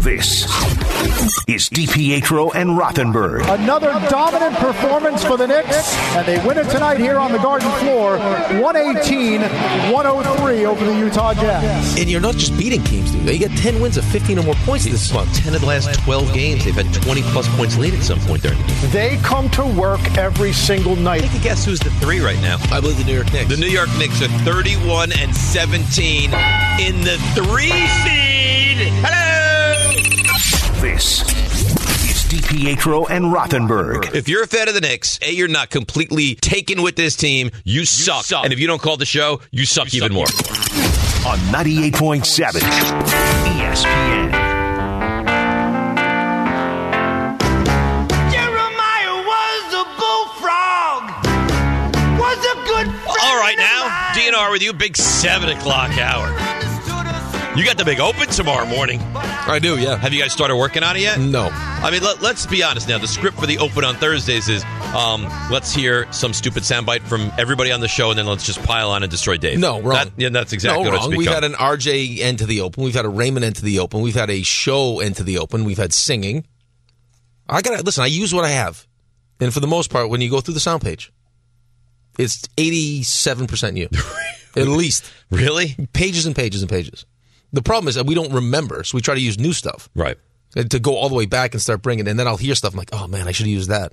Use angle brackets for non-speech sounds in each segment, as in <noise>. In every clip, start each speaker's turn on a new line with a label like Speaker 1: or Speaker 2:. Speaker 1: This is DiPietro and Rothenberg.
Speaker 2: Another dominant performance for the Knicks, and they win it tonight here on the garden floor, 118 103 over the Utah Jazz.
Speaker 3: And you're not just beating teams, dude. They get 10 wins of 15 or more points this month. 10 of the last 12 games, they've had 20 plus points lead at some point during the game.
Speaker 2: They come to work every single night.
Speaker 4: Take a guess who's the three right now.
Speaker 3: I believe the New York Knicks.
Speaker 4: The New York Knicks are 31 and 17 in the three seed. Hello!
Speaker 1: This is DiPietro and Rothenberg.
Speaker 4: If you're a fan of the Knicks, A, you're not completely taken with this team. You, suck. And if you don't call the show, you suck even more.
Speaker 1: on 98.7 E ESPN.
Speaker 5: Jeremiah was a bullfrog. Was a good friend.
Speaker 4: All right, now, DNR with you. Big 7 o'clock hour. You got the big open tomorrow morning.
Speaker 3: I do, yeah.
Speaker 4: Have you guys started working on it yet?
Speaker 3: No.
Speaker 4: I mean, let, us be honest now. The script for the open on Thursdays is um, let's hear some stupid soundbite from everybody on the show, and then let's just pile on and destroy Dave.
Speaker 3: No, wrong.
Speaker 4: That- yeah, that's exactly
Speaker 3: no,
Speaker 4: what
Speaker 3: wrong.
Speaker 4: it's
Speaker 3: We've
Speaker 4: become.
Speaker 3: had an RJ end to the open. We've had a Raymond end to the open. We've had a show end to the open. We've had singing. I gotta listen. I use what I have, and for the most part, when you go through the sound page, it's eighty-seven
Speaker 4: <laughs>
Speaker 3: percent you, at least
Speaker 4: really?
Speaker 3: pages and pages and pages. The problem is that we don't remember, so we try to use new stuff.
Speaker 4: Right.
Speaker 3: and to go all the way back and start bringing, it. and then I'll hear stuff. I'm like, oh man, I should have used that.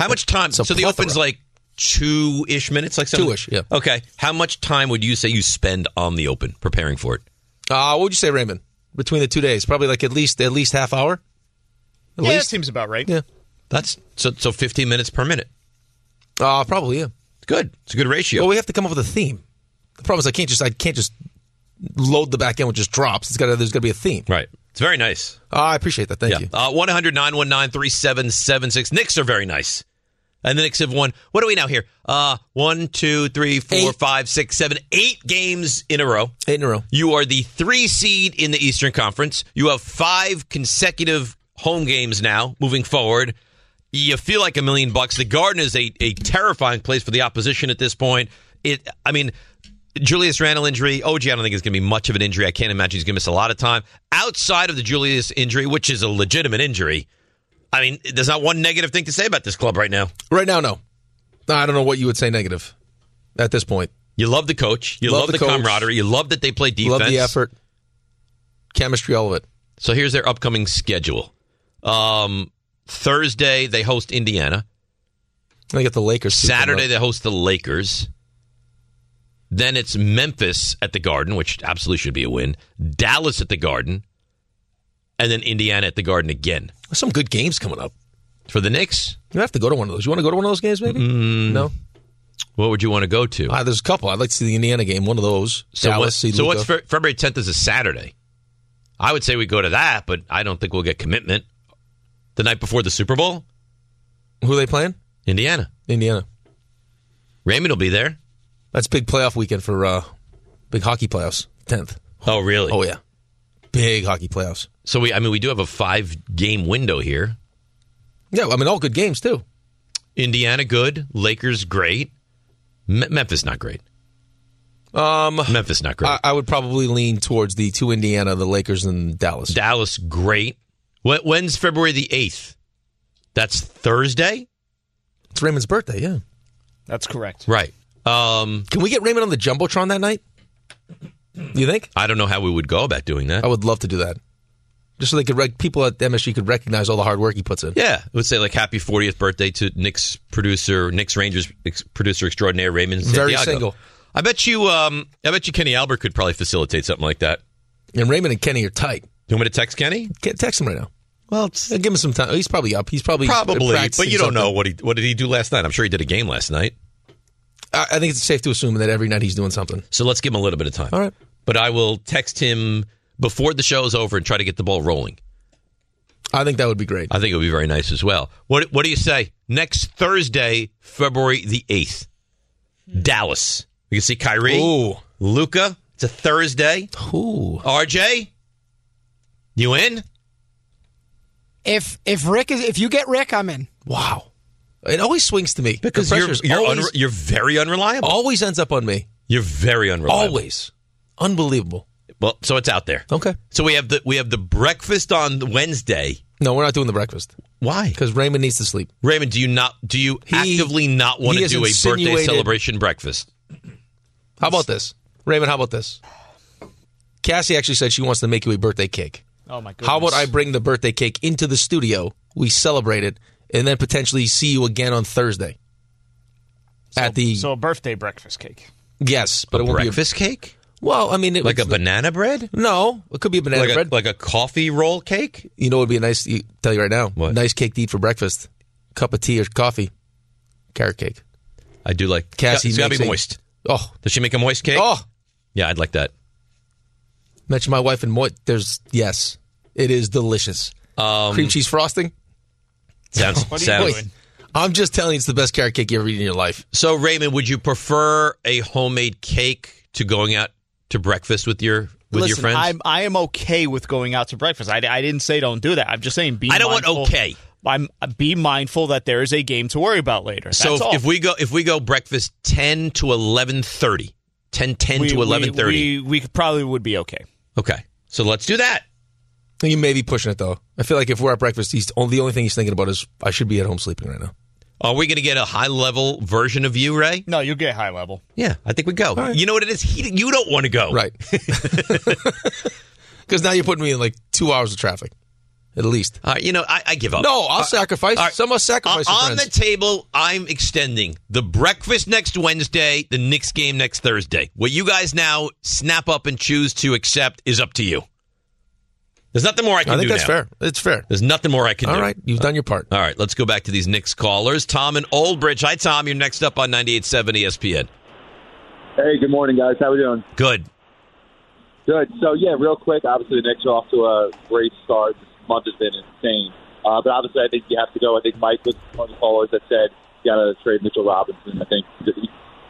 Speaker 4: How much time?
Speaker 3: It's a
Speaker 4: So the
Speaker 3: plethora.
Speaker 4: open's like two ish minutes, like something?
Speaker 3: Two-ish, yeah.
Speaker 4: Okay. How much time would you say you spend on the open preparing for it?
Speaker 3: Uh, what would you say, Raymond? Between the two days, probably like at least at least half hour. At least,
Speaker 2: seems about right.
Speaker 3: yeah,
Speaker 4: That's so, so 15 minutes per minute.
Speaker 3: uh, probably yeah.
Speaker 4: It's good. It's a good ratio.
Speaker 3: Well, we have to come up with a theme. The problem is I can't just I can't just load the back end with just drops. It's got to there's got to be a theme.
Speaker 4: right. It's very nice.
Speaker 3: Uh, I appreciate that. Thank you.
Speaker 4: Uh, 100 3776. Knicks are very nice. And the Knicks have won. What do we now here? Uh, one, two, three, four,
Speaker 3: Eight.
Speaker 4: five, six, seven, eight games in a row.
Speaker 3: Eight in a row.
Speaker 4: You are the three seed in the Eastern Conference. You have five consecutive home games now moving forward. You feel like a million bucks. The Garden is a, a terrifying place for the opposition at this point. It, I mean, Julius Randle injury. OG, I don't think it's going to be much of an injury. I can't imagine he's going to miss a lot of time outside of the Julius injury, which is a legitimate injury. I mean, there's not one negative thing to say about this club right now.
Speaker 3: Right now, no. I don't know what you would say negative at this point.
Speaker 4: You love the coach. You
Speaker 3: Love
Speaker 4: love,
Speaker 3: the
Speaker 4: the,
Speaker 3: coach.
Speaker 4: camaraderie. You love that they play defense.
Speaker 3: Love the effort, chemistry, all of it.
Speaker 4: So here's their upcoming schedule. Um, Thursday they host Indiana.
Speaker 3: And they got the Lakers. too coming
Speaker 4: Saturday
Speaker 3: up.
Speaker 4: they host the Lakers. Then it's Memphis at the Garden, which absolutely should be a win. Dallas at the Garden, and then Indiana at the Garden again
Speaker 3: There's some good games coming up.
Speaker 4: for the Knicks.
Speaker 3: You don't have to go to one of those. You want to go to one of those games, maybe? No.
Speaker 4: Mm. What would you want to go to?
Speaker 3: Ah, there's a couple. I'd like to see the Indiana game. One of those.
Speaker 4: so
Speaker 3: Dallas.
Speaker 4: what-
Speaker 3: see
Speaker 4: so
Speaker 3: Luka.
Speaker 4: what's Fe- February 10th is a Saturday. I would say we go to that, but I don't think we'll get commitment. The night before the Super Bowl,
Speaker 3: who are they playing?
Speaker 4: Indiana.
Speaker 3: Indiana.
Speaker 4: Raymond will be there.
Speaker 3: That's big playoff weekend for uh big hockey playoffs. Tenth.
Speaker 4: Oh, really?
Speaker 3: Oh yeah, big hockey playoffs.
Speaker 4: So we, I mean, we do have a five game window here.
Speaker 3: Yeah, I mean all good games too.
Speaker 4: Indiana good, Lakers great, Me- Memphis not great.
Speaker 3: Um,
Speaker 4: Memphis not great.
Speaker 3: I, I would probably lean towards the two Indiana, the Lakers, and Dallas.
Speaker 4: Dallas great. When, when's February the eighth? That's Thursday,
Speaker 3: it's Raymond's birthday. Yeah,
Speaker 2: That's correct.
Speaker 4: right? Um,
Speaker 3: can we get Raymond on the jumbotron that night? You think?
Speaker 4: I don't know how we would go about doing that.
Speaker 3: I would love to do that, just so they could rec- people at MSG could recognize all the hard work he puts in.
Speaker 4: Yeah, let's say like happy 40th birthday to Nick's producer, Nick's Rangers ex- producer extraordinaire Raymond.
Speaker 3: Very
Speaker 4: Santiago.
Speaker 3: single.
Speaker 4: I bet you. Um, I bet you Kenny Albert could probably facilitate something like that.
Speaker 3: And Raymond and Kenny are tight.
Speaker 4: You want me to text Kenny?
Speaker 3: Get, text him right now. Well, give him some time. He's probably up. He's probably
Speaker 4: Probably,
Speaker 3: practicing
Speaker 4: but you don't
Speaker 3: something.
Speaker 4: know what he what did he do last night. I'm sure he did a game last night.
Speaker 3: I, I think it's safe to assume that every night he's doing something.
Speaker 4: So let's give him a little bit of time.
Speaker 3: All right.
Speaker 4: But I will text him before the show is over and try to get the ball rolling.
Speaker 3: I think that would be great.
Speaker 4: I think it would be very nice as well. What What do you say? Next Thursday, February the eighth, Dallas. We can see Kyrie,
Speaker 3: Ooh.
Speaker 4: Luca, It's a Thursday.
Speaker 3: Ooh.
Speaker 4: RJ, you in?
Speaker 6: If if Rick is if you get Rick, I'm in.
Speaker 3: Wow. It always swings to me. The
Speaker 4: Because you're
Speaker 3: pressure's
Speaker 4: you're,
Speaker 3: always,
Speaker 4: unre- you're very unreliable.
Speaker 3: always ends up on me.
Speaker 4: You're very unreliable.
Speaker 3: Always. Unbelievable.
Speaker 4: Well, so it's out there.
Speaker 3: Okay.
Speaker 4: So we have the we have the breakfast on Wednesday.
Speaker 3: No, we're not doing the breakfast
Speaker 4: Why?
Speaker 3: because Raymond needs to sleep.
Speaker 4: Raymond, do you not do you
Speaker 3: He-
Speaker 4: actively not want
Speaker 3: he
Speaker 4: to
Speaker 3: has
Speaker 4: do a birthday
Speaker 3: insinuated-
Speaker 4: celebration breakfast?
Speaker 3: How about this? Raymond, how about this? Cassie actually said she wants to make you a birthday cake.
Speaker 6: Oh my god.
Speaker 3: How about I bring the birthday cake into the studio? We celebrate it and then potentially see you again on Thursday. at the
Speaker 7: So a birthday breakfast cake.
Speaker 3: yes, but it won't
Speaker 4: breakfast cake?
Speaker 3: be a, well. I mean, it,
Speaker 4: Like a
Speaker 3: it's-
Speaker 4: banana bread?
Speaker 3: no, it could be a banana
Speaker 4: like
Speaker 3: bread.
Speaker 4: a like a coffee roll cake?
Speaker 3: you know, it'd be a nice. You, tell you right now,
Speaker 4: What?
Speaker 3: nice cake to eat for breakfast. Cup of tea or coffee, carrot cake.
Speaker 4: I do like
Speaker 3: Cassie
Speaker 4: It's got to
Speaker 3: makes
Speaker 4: be
Speaker 3: a-
Speaker 4: moist.
Speaker 3: Oh,
Speaker 4: Does she make a moist cake?
Speaker 3: oh!
Speaker 4: Yeah, I'd like that.
Speaker 3: Mention my wife and moist. There's yes, it is delicious. Cream cheese frosting.
Speaker 4: Um, Sounds
Speaker 7: What are you
Speaker 4: sounds.
Speaker 7: doing?
Speaker 3: I'm just telling you, it's the best carrot cake you ever eat in your life.
Speaker 4: So Raymond, would you prefer a homemade cake to going out to breakfast with your with
Speaker 7: Listen,
Speaker 4: your friends?
Speaker 7: I'm, I am okay with going out to breakfast. I, I didn't say don't do that. I'm just saying be.
Speaker 4: I don't want
Speaker 7: mindful-
Speaker 4: okay.
Speaker 7: I'm be mindful that there is a game to worry about later.
Speaker 4: so
Speaker 7: That's
Speaker 4: if,
Speaker 7: all.
Speaker 4: if we go if we go breakfast 10 to 11:30, 10 10
Speaker 7: We-
Speaker 4: to
Speaker 7: we-
Speaker 4: 11:30.
Speaker 7: we, we could- probably would be okay.
Speaker 4: okay. So let's do that.
Speaker 3: And you may be pushing it though. I feel like if we're at breakfast, he's the only thing he's thinking about is I should be at home sleeping right now.
Speaker 4: Are we going to get a high level version of you, Ray?
Speaker 7: No, you'll get high level.
Speaker 4: Yeah, I think we go. You know what it is? He, you don't want to go.
Speaker 3: Right. Because now you're putting me in like two hours of traffic, at least.
Speaker 4: All right, you know, I, I give up.
Speaker 3: No, I'll sacrifice.
Speaker 4: all right.
Speaker 3: Some must sacrifice.
Speaker 4: Uh, on
Speaker 3: your
Speaker 4: the
Speaker 3: friends.
Speaker 4: table, I'm extending the breakfast next Wednesday, the Knicks game next Thursday. What you guys now snap up and choose to accept is up to you. There's nothing more I can
Speaker 3: I think
Speaker 4: do
Speaker 3: that's
Speaker 4: now.
Speaker 3: fair. It's fair.
Speaker 4: There's nothing more I can
Speaker 3: All
Speaker 4: do.
Speaker 3: right, you've done your part.
Speaker 4: All right, let's go back to these Knicks callers. Tom and Oldbridge. Hi, Tom. You're next up on 98.7 ESPN.
Speaker 8: Hey, good morning, guys. How we doing?
Speaker 4: Good.
Speaker 8: Good. So, yeah, real quick, obviously the Knicks are off to a great start. This month has been insane. Uh, but obviously, I think you have to go. I think Mike was one of the callers that said you got to trade Mitchell Robinson. I think the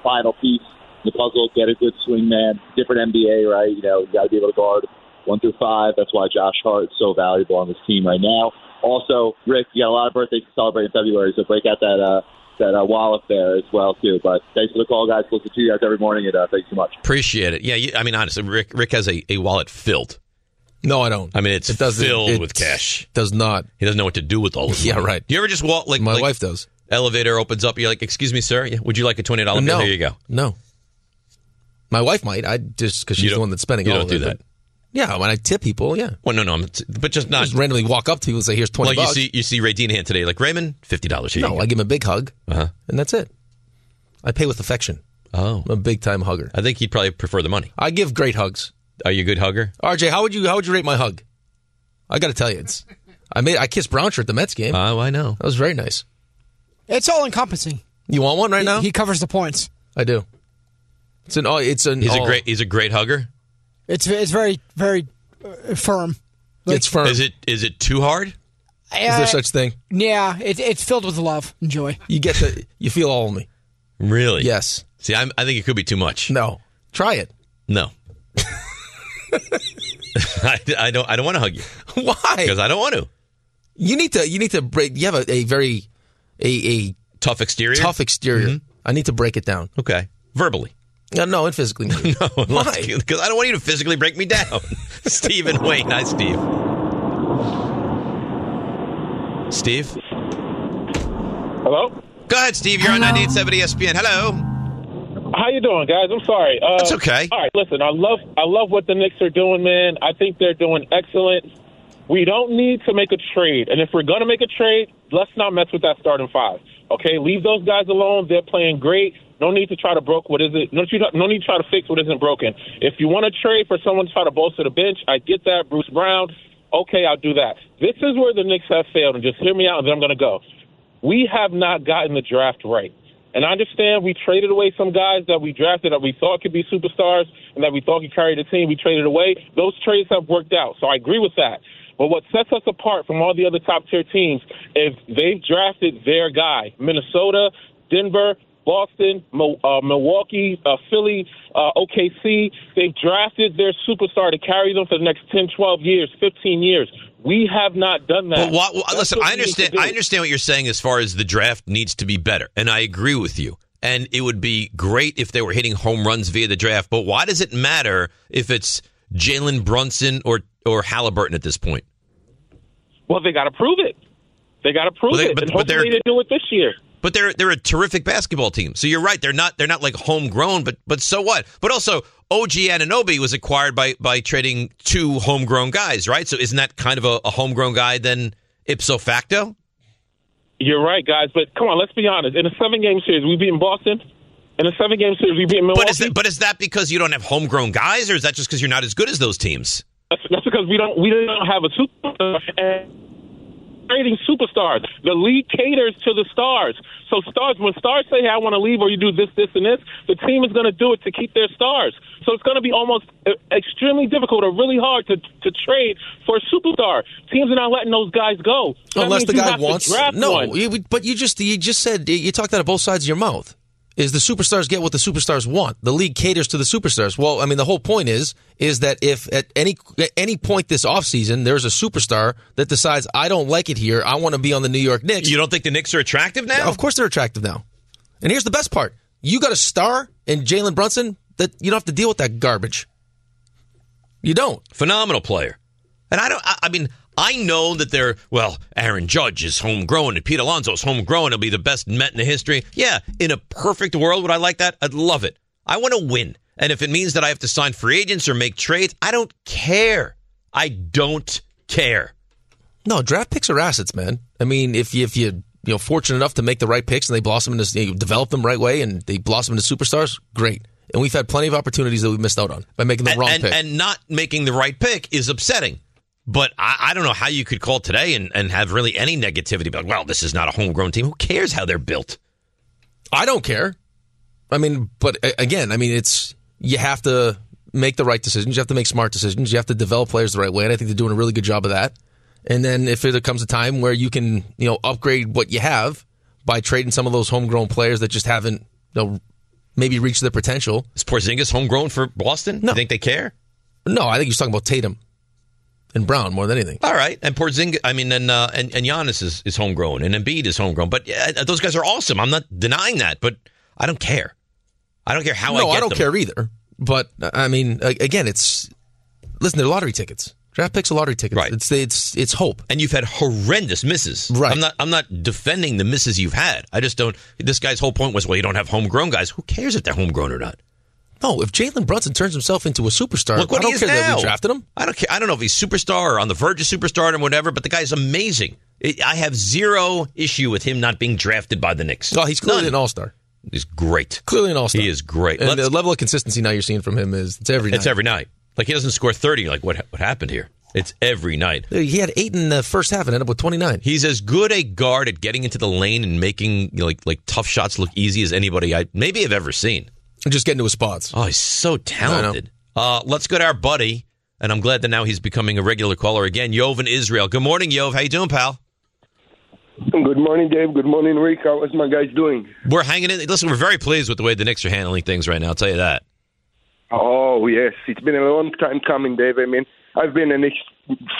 Speaker 8: final piece in the puzzle, get a good swing man. Different NBA, right? You know, you got to be able to guard one through five. That's why Josh Hart is so valuable on this team right now. Also, Rick, you got a lot of birthdays to celebrate in February, so break out that uh, that uh, wallet there as well too. But thanks for the call, guys. Listen to you guys every morning, and uh, thanks so much.
Speaker 4: Appreciate it. Yeah, you, I mean, honestly, Rick, Rick has a, a wallet filled.
Speaker 3: No, I don't.
Speaker 4: I mean, it's
Speaker 3: doesn't-
Speaker 4: filled
Speaker 3: it
Speaker 4: with cash.
Speaker 3: Does not.
Speaker 4: He doesn't know what to do with all of it.
Speaker 3: <laughs> Yeah, right.
Speaker 4: Do you ever just walk like
Speaker 3: My
Speaker 4: like
Speaker 3: wife does.
Speaker 4: Elevator opens up. You're like, "Excuse me, sir. Yeah, Would you like a twenty dollar bill?"
Speaker 3: no.
Speaker 4: There you go.
Speaker 3: No. My wife might. I just because
Speaker 4: You
Speaker 3: she's
Speaker 4: don't-
Speaker 3: the one that's spending
Speaker 4: you
Speaker 3: all
Speaker 4: don't
Speaker 3: of
Speaker 4: do
Speaker 3: it,
Speaker 4: that.
Speaker 3: but- Yeah, when I tip people, yeah.
Speaker 4: Well, no, no, I'm, but just not
Speaker 3: Just randomly walk up to people and say, "Here's twenty
Speaker 4: like you
Speaker 3: bucks."
Speaker 4: see you see Ray Deanahan today. Like Raymond, fifty dollars. here.
Speaker 3: no, I give him a big hug,
Speaker 4: Uh-huh.
Speaker 3: and that's it. I pay with affection.
Speaker 4: oh,
Speaker 3: I'm a big time hugger.
Speaker 4: I think he'd probably prefer the money.
Speaker 3: I give great hugs.
Speaker 4: Are you a good hugger?
Speaker 3: RJ, how would you how would you rate my hug? I got to tell you, it's I made I kissed Brown shirt at the Mets game.
Speaker 4: Oh, I know.
Speaker 3: that was very nice.
Speaker 6: It's all encompassing.
Speaker 3: You want one right now?
Speaker 6: He covers the points.
Speaker 3: I do. It's an all. It's an.
Speaker 4: He's
Speaker 3: all-
Speaker 4: a great. He's a great hugger.
Speaker 6: It's it's very very uh, firm.
Speaker 3: It's firm.
Speaker 4: Is it is it too hard?
Speaker 3: Is there such thing?
Speaker 6: uh, Yeah, it, it's filled with love and joy.
Speaker 3: You get to. You feel all of me.
Speaker 4: Really?
Speaker 3: Yes.
Speaker 4: See, I'm, I think it could be too much.
Speaker 3: No. Try it. <laughs>
Speaker 4: No. <laughs> I, I don't. I don't want to hug you
Speaker 3: Why?
Speaker 4: because I don't want to.
Speaker 3: You need to. You need to break. You have a, a very, a, a
Speaker 4: Tough exterior. Mm-hmm.
Speaker 3: tough exterior. I need to break it down.
Speaker 4: Okay. Verbally.
Speaker 3: No, no,
Speaker 4: <laughs>
Speaker 3: and physically. maybe. Why?
Speaker 4: Because I don't want you to physically break me down. <laughs> Stephen Wayne. Hi, Steve. Steve?
Speaker 9: Hello.
Speaker 4: Go ahead, Steve. You're on 98.7 ESPN. Hello.
Speaker 9: How you doing, guys? I'm sorry. Uh,
Speaker 4: That's okay.
Speaker 9: All right, listen. I love I love what the Knicks are doing, man. I think they're doing excellent. We don't need to make a trade, and if we're gonna make a trade, let's not mess with that starting five. Okay, leave those guys alone. They're playing great. No need to try to broke what isn't. No, you don't- no need to try to fix what isn't broken. If you want to trade for someone to try to bolster the bench, I get that. Bruce Brown. Okay, I'll do that. This is where the Knicks have failed, and just hear me out, and then I'm gonna go we have not gotten the draft right. And I understand we traded away some guys that we drafted that we thought could be superstars and that we thought could carry the team. We traded away. Those trades have worked out. So I agree with that. But what sets us apart from all the other top tier teams is they've drafted their guy. Minnesota, Denver, Boston, Mo- uh, Milwaukee, uh, Philly, uh, OKC. They've drafted their superstar to carry them for the next 10, 12 years, 15 years. We have not done that.
Speaker 4: But why, well,
Speaker 9: That's
Speaker 4: listen,
Speaker 9: what
Speaker 4: I
Speaker 9: we need to
Speaker 4: understand.
Speaker 9: do.
Speaker 4: I understand what you're saying as far as the draft needs to be better, and I agree with you. And it would be great if they were hitting home runs via the draft. But why does it matter if it's Jalen Brunson or or Halliburton at this point?
Speaker 9: Well, they got to prove it. They got to prove
Speaker 4: Well, they-
Speaker 9: it,
Speaker 4: but-
Speaker 9: and
Speaker 4: but they're-
Speaker 9: hopefully they do it this year.
Speaker 4: But they're they're a terrific basketball team. So you're right. They're not they're not like homegrown. But but so what? But also OG Ananobi was acquired by by trading two homegrown guys, right? So isn't that kind of a, a homegrown guy then ipso facto?
Speaker 9: You're right, guys, but come on, let's be honest. In a seven game series, we beat Boston. In a seven game series, we beat Milwaukee.
Speaker 4: But is that, but is that because you don't have homegrown guys, or is that just because you're not as good as those teams?
Speaker 9: That's, that's because we don't we don't have a superstar and trading superstars. The league caters to the stars. So stars, when stars say, "Hey, I want to leave," or you do this, this, and this, the team is going to do it to keep their stars. So it's going to be almost uh, extremely difficult or really hard to to trade for a superstar. Teams are not letting those guys go So that
Speaker 3: Unless
Speaker 9: means
Speaker 3: the
Speaker 9: you
Speaker 3: guy
Speaker 9: have to
Speaker 3: wants.
Speaker 9: draft
Speaker 3: No,
Speaker 9: one.
Speaker 3: you- but you just you just said you talked out of both sides of your mouth. Is the superstars get what the superstars want? The league caters to the superstars. Well, I mean, the whole point is is that if at any at any point this offseason there's a superstar that decides I don't like it here, I want to be on the New York Knicks.
Speaker 4: You don't think the Knicks are attractive now?
Speaker 3: Of course, they're attractive now. And here's the best part: you got a star in Jalen Brunson that you don't have to deal with that garbage. You don't.
Speaker 4: Phenomenal player. And I don't. I, I mean, I know that they're well. Aaron Judge is homegrown, and Pete Alonso is homegrown. He'll be the best Met in the history. Yeah, in a perfect world, would I like that? I'd love it. I want to win, and if it means that I have to sign free agents or make trades, I don't care. I don't care.
Speaker 3: No, draft picks are assets, man. I mean, if you, if you you know fortunate enough to make the right picks and they blossom into you develop them right way and they blossom into superstars, great. And we've had plenty of opportunities that we missed out on by making the
Speaker 4: and,
Speaker 3: wrong
Speaker 4: and,
Speaker 3: pick.
Speaker 4: and not making the right pick is upsetting. But I, I don't know how you could call today and, and have really any negativity. But well, this is not a homegrown team. Who cares how they're built?
Speaker 3: I don't care. I mean, but a- again, I mean, it's you have to make the right decisions. You have to make smart decisions. You have to develop players the right way, and I think they're doing a really good job of that. And then if there comes a time where you can, you know, upgrade what you have by trading some of those homegrown players that just haven't, you know, maybe reached their potential.
Speaker 4: Is Porzingis homegrown for Boston? No. You think they care?
Speaker 3: No, I think he's talking about Tatum and Brown more than anything.
Speaker 4: All right. And Porzingis, I mean, and uh, and, and Giannis is, is homegrown, and Embiid is homegrown. But yeah, uh, those guys are awesome. I'm not denying that. But I don't care. I don't care how I
Speaker 3: no,
Speaker 4: get
Speaker 3: I don't
Speaker 4: them.
Speaker 3: care either. But I mean, a- again, it's listen. They're lottery tickets. Draft picks are lottery tickets.
Speaker 4: Right.
Speaker 3: It's it's it's hope.
Speaker 4: and you've had horrendous misses.
Speaker 3: Right.
Speaker 4: I'm not I'm not defending the misses you've had. I just don't this guy's whole point was well, you don't have homegrown guys. Who cares if they're homegrown or not?
Speaker 3: No, if Jalen Brunson turns himself into a superstar,
Speaker 4: Look what
Speaker 3: I don't
Speaker 4: he is
Speaker 3: care that
Speaker 4: now.
Speaker 3: we drafted him.
Speaker 4: I don't care. I don't know if he's superstar or on the verge of superstar or whatever, but the guy's amazing. I I have zero issue with him not being drafted by the Knicks.
Speaker 3: Oh, he's clearly
Speaker 4: None.
Speaker 3: an all star.
Speaker 4: He's great.
Speaker 3: Clearly an all star.
Speaker 4: He is great.
Speaker 3: And
Speaker 4: Let's-
Speaker 3: the level of consistency now you're seeing from him is it's every night.
Speaker 4: It's every night. Like he doesn't score thirty. You're Like what what happened here? It's every night.
Speaker 3: He had eight in the first half and ended up with 29.
Speaker 4: He's as good a guard at getting into the lane and making you know, like like tough shots look easy as anybody I maybe have ever seen.
Speaker 3: Just getting to his spots.
Speaker 4: Oh, he's so talented. Uh, let's go to our buddy, and I'm glad that now he's becoming a regular caller again. Yov in Israel. Good morning, Yov. How you doing, pal?
Speaker 10: Good morning, Dave. Good morning, Rick. How is my guys doing?
Speaker 4: We're hanging in. Listen, we're very pleased with the way the Knicks are handling things right now. I'll tell you that.
Speaker 10: Oh, yes. It's been a long time coming, Dave. I mean, I've been a Knicks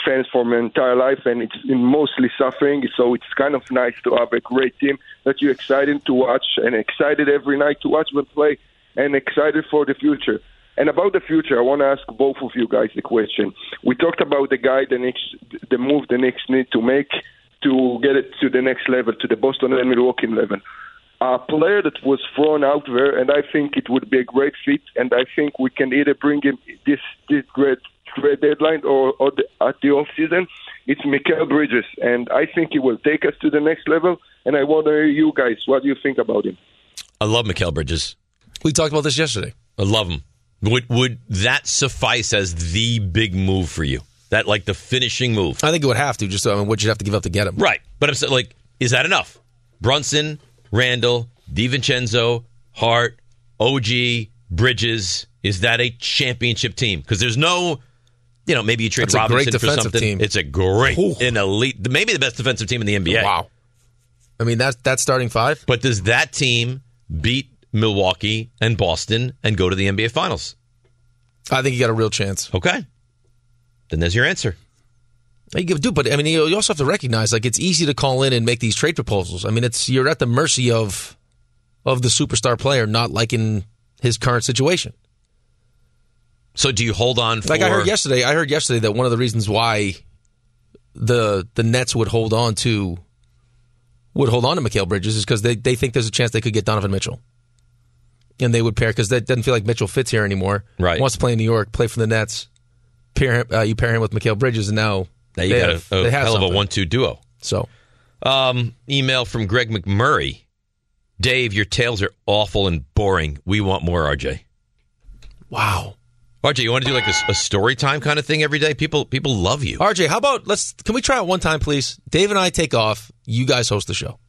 Speaker 10: fan for my entire life, and it's been mostly suffering. So it's kind of nice to have a great team that you're excited to watch and excited every night to watch them play and excited for the future. And about the future, I want to ask both of you guys the question. We talked about the guy, the Knicks, the move the Knicks need to make to get it to the next level, to the Boston and Milwaukee level. a player that was thrown out there, and I think it would be a great fit. And I think we can either bring him this this great trade deadline or, or the, at the off season. It's Mikael Bridges, and I think he will take us to the next level. And I wonder, you guys, what do you think about him?
Speaker 4: I love Mikael Bridges.
Speaker 3: We talked about this yesterday.
Speaker 4: I love him. Would would that suffice as the big move for you? That like the finishing move,
Speaker 3: I think it would have to, just I mean, what you'd have to give up to get him.
Speaker 4: right? But I'm saying, like, is that enough? Brunson, Randall, Divincenzo, Hart, OG, Bridges. Is that a championship team? Because there's no, you know, maybe you trade
Speaker 3: That's a great
Speaker 4: Robinson for
Speaker 3: defensive
Speaker 4: something.
Speaker 3: team.
Speaker 4: It's a great,
Speaker 3: Ooh.
Speaker 4: an elite, maybe the best defensive team in the NBA.
Speaker 3: Wow. I mean, that, that starting five,
Speaker 4: But does that team beat Milwaukee and Boston and go to the NBA Finals?
Speaker 3: I think you got a real chance.
Speaker 4: Okay. Then there's your answer.
Speaker 3: You give, dude, but I mean, you you also have to recognize like it's easy to call in and make these trade proposals. I mean, it's you're at the mercy of of the superstar player not liking his current situation.
Speaker 4: So do you hold on for
Speaker 3: Like I heard yesterday, I heard yesterday that one of the reasons why the the Nets would hold on to would hold on to Mikhail Bridges is because they, they think there's a chance they could get Donovan Mitchell, and they would pair because that doesn't feel like Mitchell fits here anymore.
Speaker 4: Right.
Speaker 3: wants to play in New York, play for the Nets. Pair him, uh, you pair him with Mikhail Bridges, and now
Speaker 4: Now you
Speaker 3: they
Speaker 4: got
Speaker 3: have-
Speaker 4: a, a
Speaker 3: they have
Speaker 4: hell of a
Speaker 3: something.
Speaker 4: one-two duo.
Speaker 3: So,
Speaker 4: um, email from Greg McMurray. Dave, your tales are awful and boring. We want more, RJ.
Speaker 3: Wow.
Speaker 4: RJ, you want to do like a, a story time kind of thing every day? People, people love you.
Speaker 3: RJ, how about let's can we try it one time, please? Dave and I take off. You guys host the show.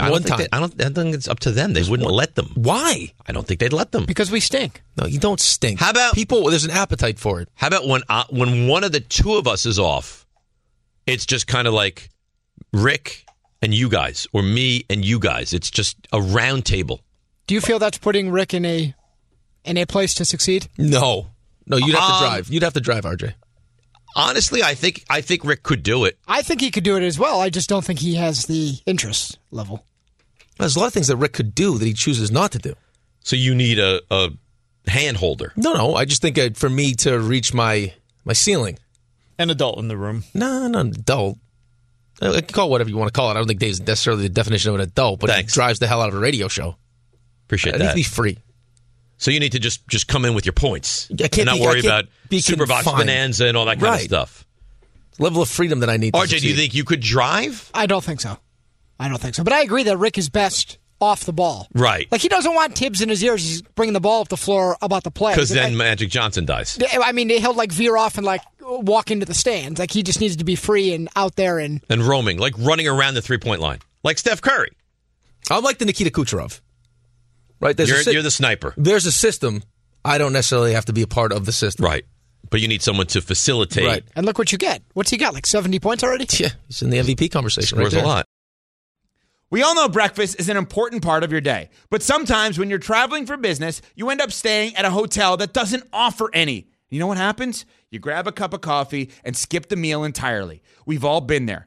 Speaker 4: I don't
Speaker 3: one
Speaker 4: think
Speaker 3: time.
Speaker 4: they- I don't. I think it's up to them. They wouldn't let them.
Speaker 3: Why?
Speaker 4: I don't think they'd let them.
Speaker 3: Because we stink. No, you don't stink.
Speaker 4: How about
Speaker 3: people? There's an appetite for it.
Speaker 4: How about when uh, when one of the two of us is off, it's just kind of like Rick and you guys, or me and you guys. It's just a round table.
Speaker 6: Do you feel that's putting Rick in a in a place to succeed?
Speaker 3: No, no, you'd have
Speaker 4: Um,
Speaker 3: to drive. You'd have to drive, RJ.
Speaker 4: Honestly, I think I think Rick could do it.
Speaker 6: I think he could do it as well. I just don't think he has the interest level.
Speaker 3: There's a lot of things that Rick could do that he chooses not to do.
Speaker 4: So you need a, a hand holder.
Speaker 3: No, no. I just think uh, for me to reach my my ceiling,
Speaker 7: An adult in the room.
Speaker 3: no, not an adult. I can call it whatever you want to call it. I don't think Dave's necessarily the definition of an adult, but he drives the hell out of a radio show.
Speaker 4: Appreciate
Speaker 3: I need
Speaker 4: that.
Speaker 3: to be free.
Speaker 4: so you need to just just come in with your points.
Speaker 3: I can't
Speaker 4: and not
Speaker 3: be- I
Speaker 4: worry
Speaker 3: can't
Speaker 4: about
Speaker 3: be
Speaker 4: Superbox
Speaker 3: confined.
Speaker 4: Bonanza and all that kind
Speaker 3: Right.
Speaker 4: of stuff.
Speaker 3: Level of freedom that I need. to
Speaker 4: RJ, do you
Speaker 3: succeed.
Speaker 4: think you could drive?
Speaker 6: I don't think so. I don't think so. But I agree that Rick is best off the ball.
Speaker 4: Right.
Speaker 6: Like he doesn't want Tibbs in his ears. He's bringing the ball up the floor about the play.
Speaker 4: Because then
Speaker 6: I,
Speaker 4: Magic Johnson dies.
Speaker 6: I mean, he'll like veer off and like walk into the stands. Like he just needs to be free and out there and
Speaker 4: And roaming, like running around the three point line. Like Steph Curry.
Speaker 3: I'm like the Nikita Kucherov, right?
Speaker 4: You're,
Speaker 3: a si-
Speaker 4: you're the sniper.
Speaker 3: there's a system. I don't necessarily have to be a part of the system.
Speaker 4: Right. But you need someone to facilitate.
Speaker 3: Right.
Speaker 6: and look what you get. What's he got? Like seventy points already?
Speaker 3: Yeah, he's in the MVP conversation. right
Speaker 4: Scores a
Speaker 3: there.
Speaker 4: lot.
Speaker 11: We all know breakfast is an important part of your day, but sometimes when you're traveling for business, you end up staying at a hotel that doesn't offer any. You know what happens? You grab a cup of coffee and skip the meal entirely. We've all been there.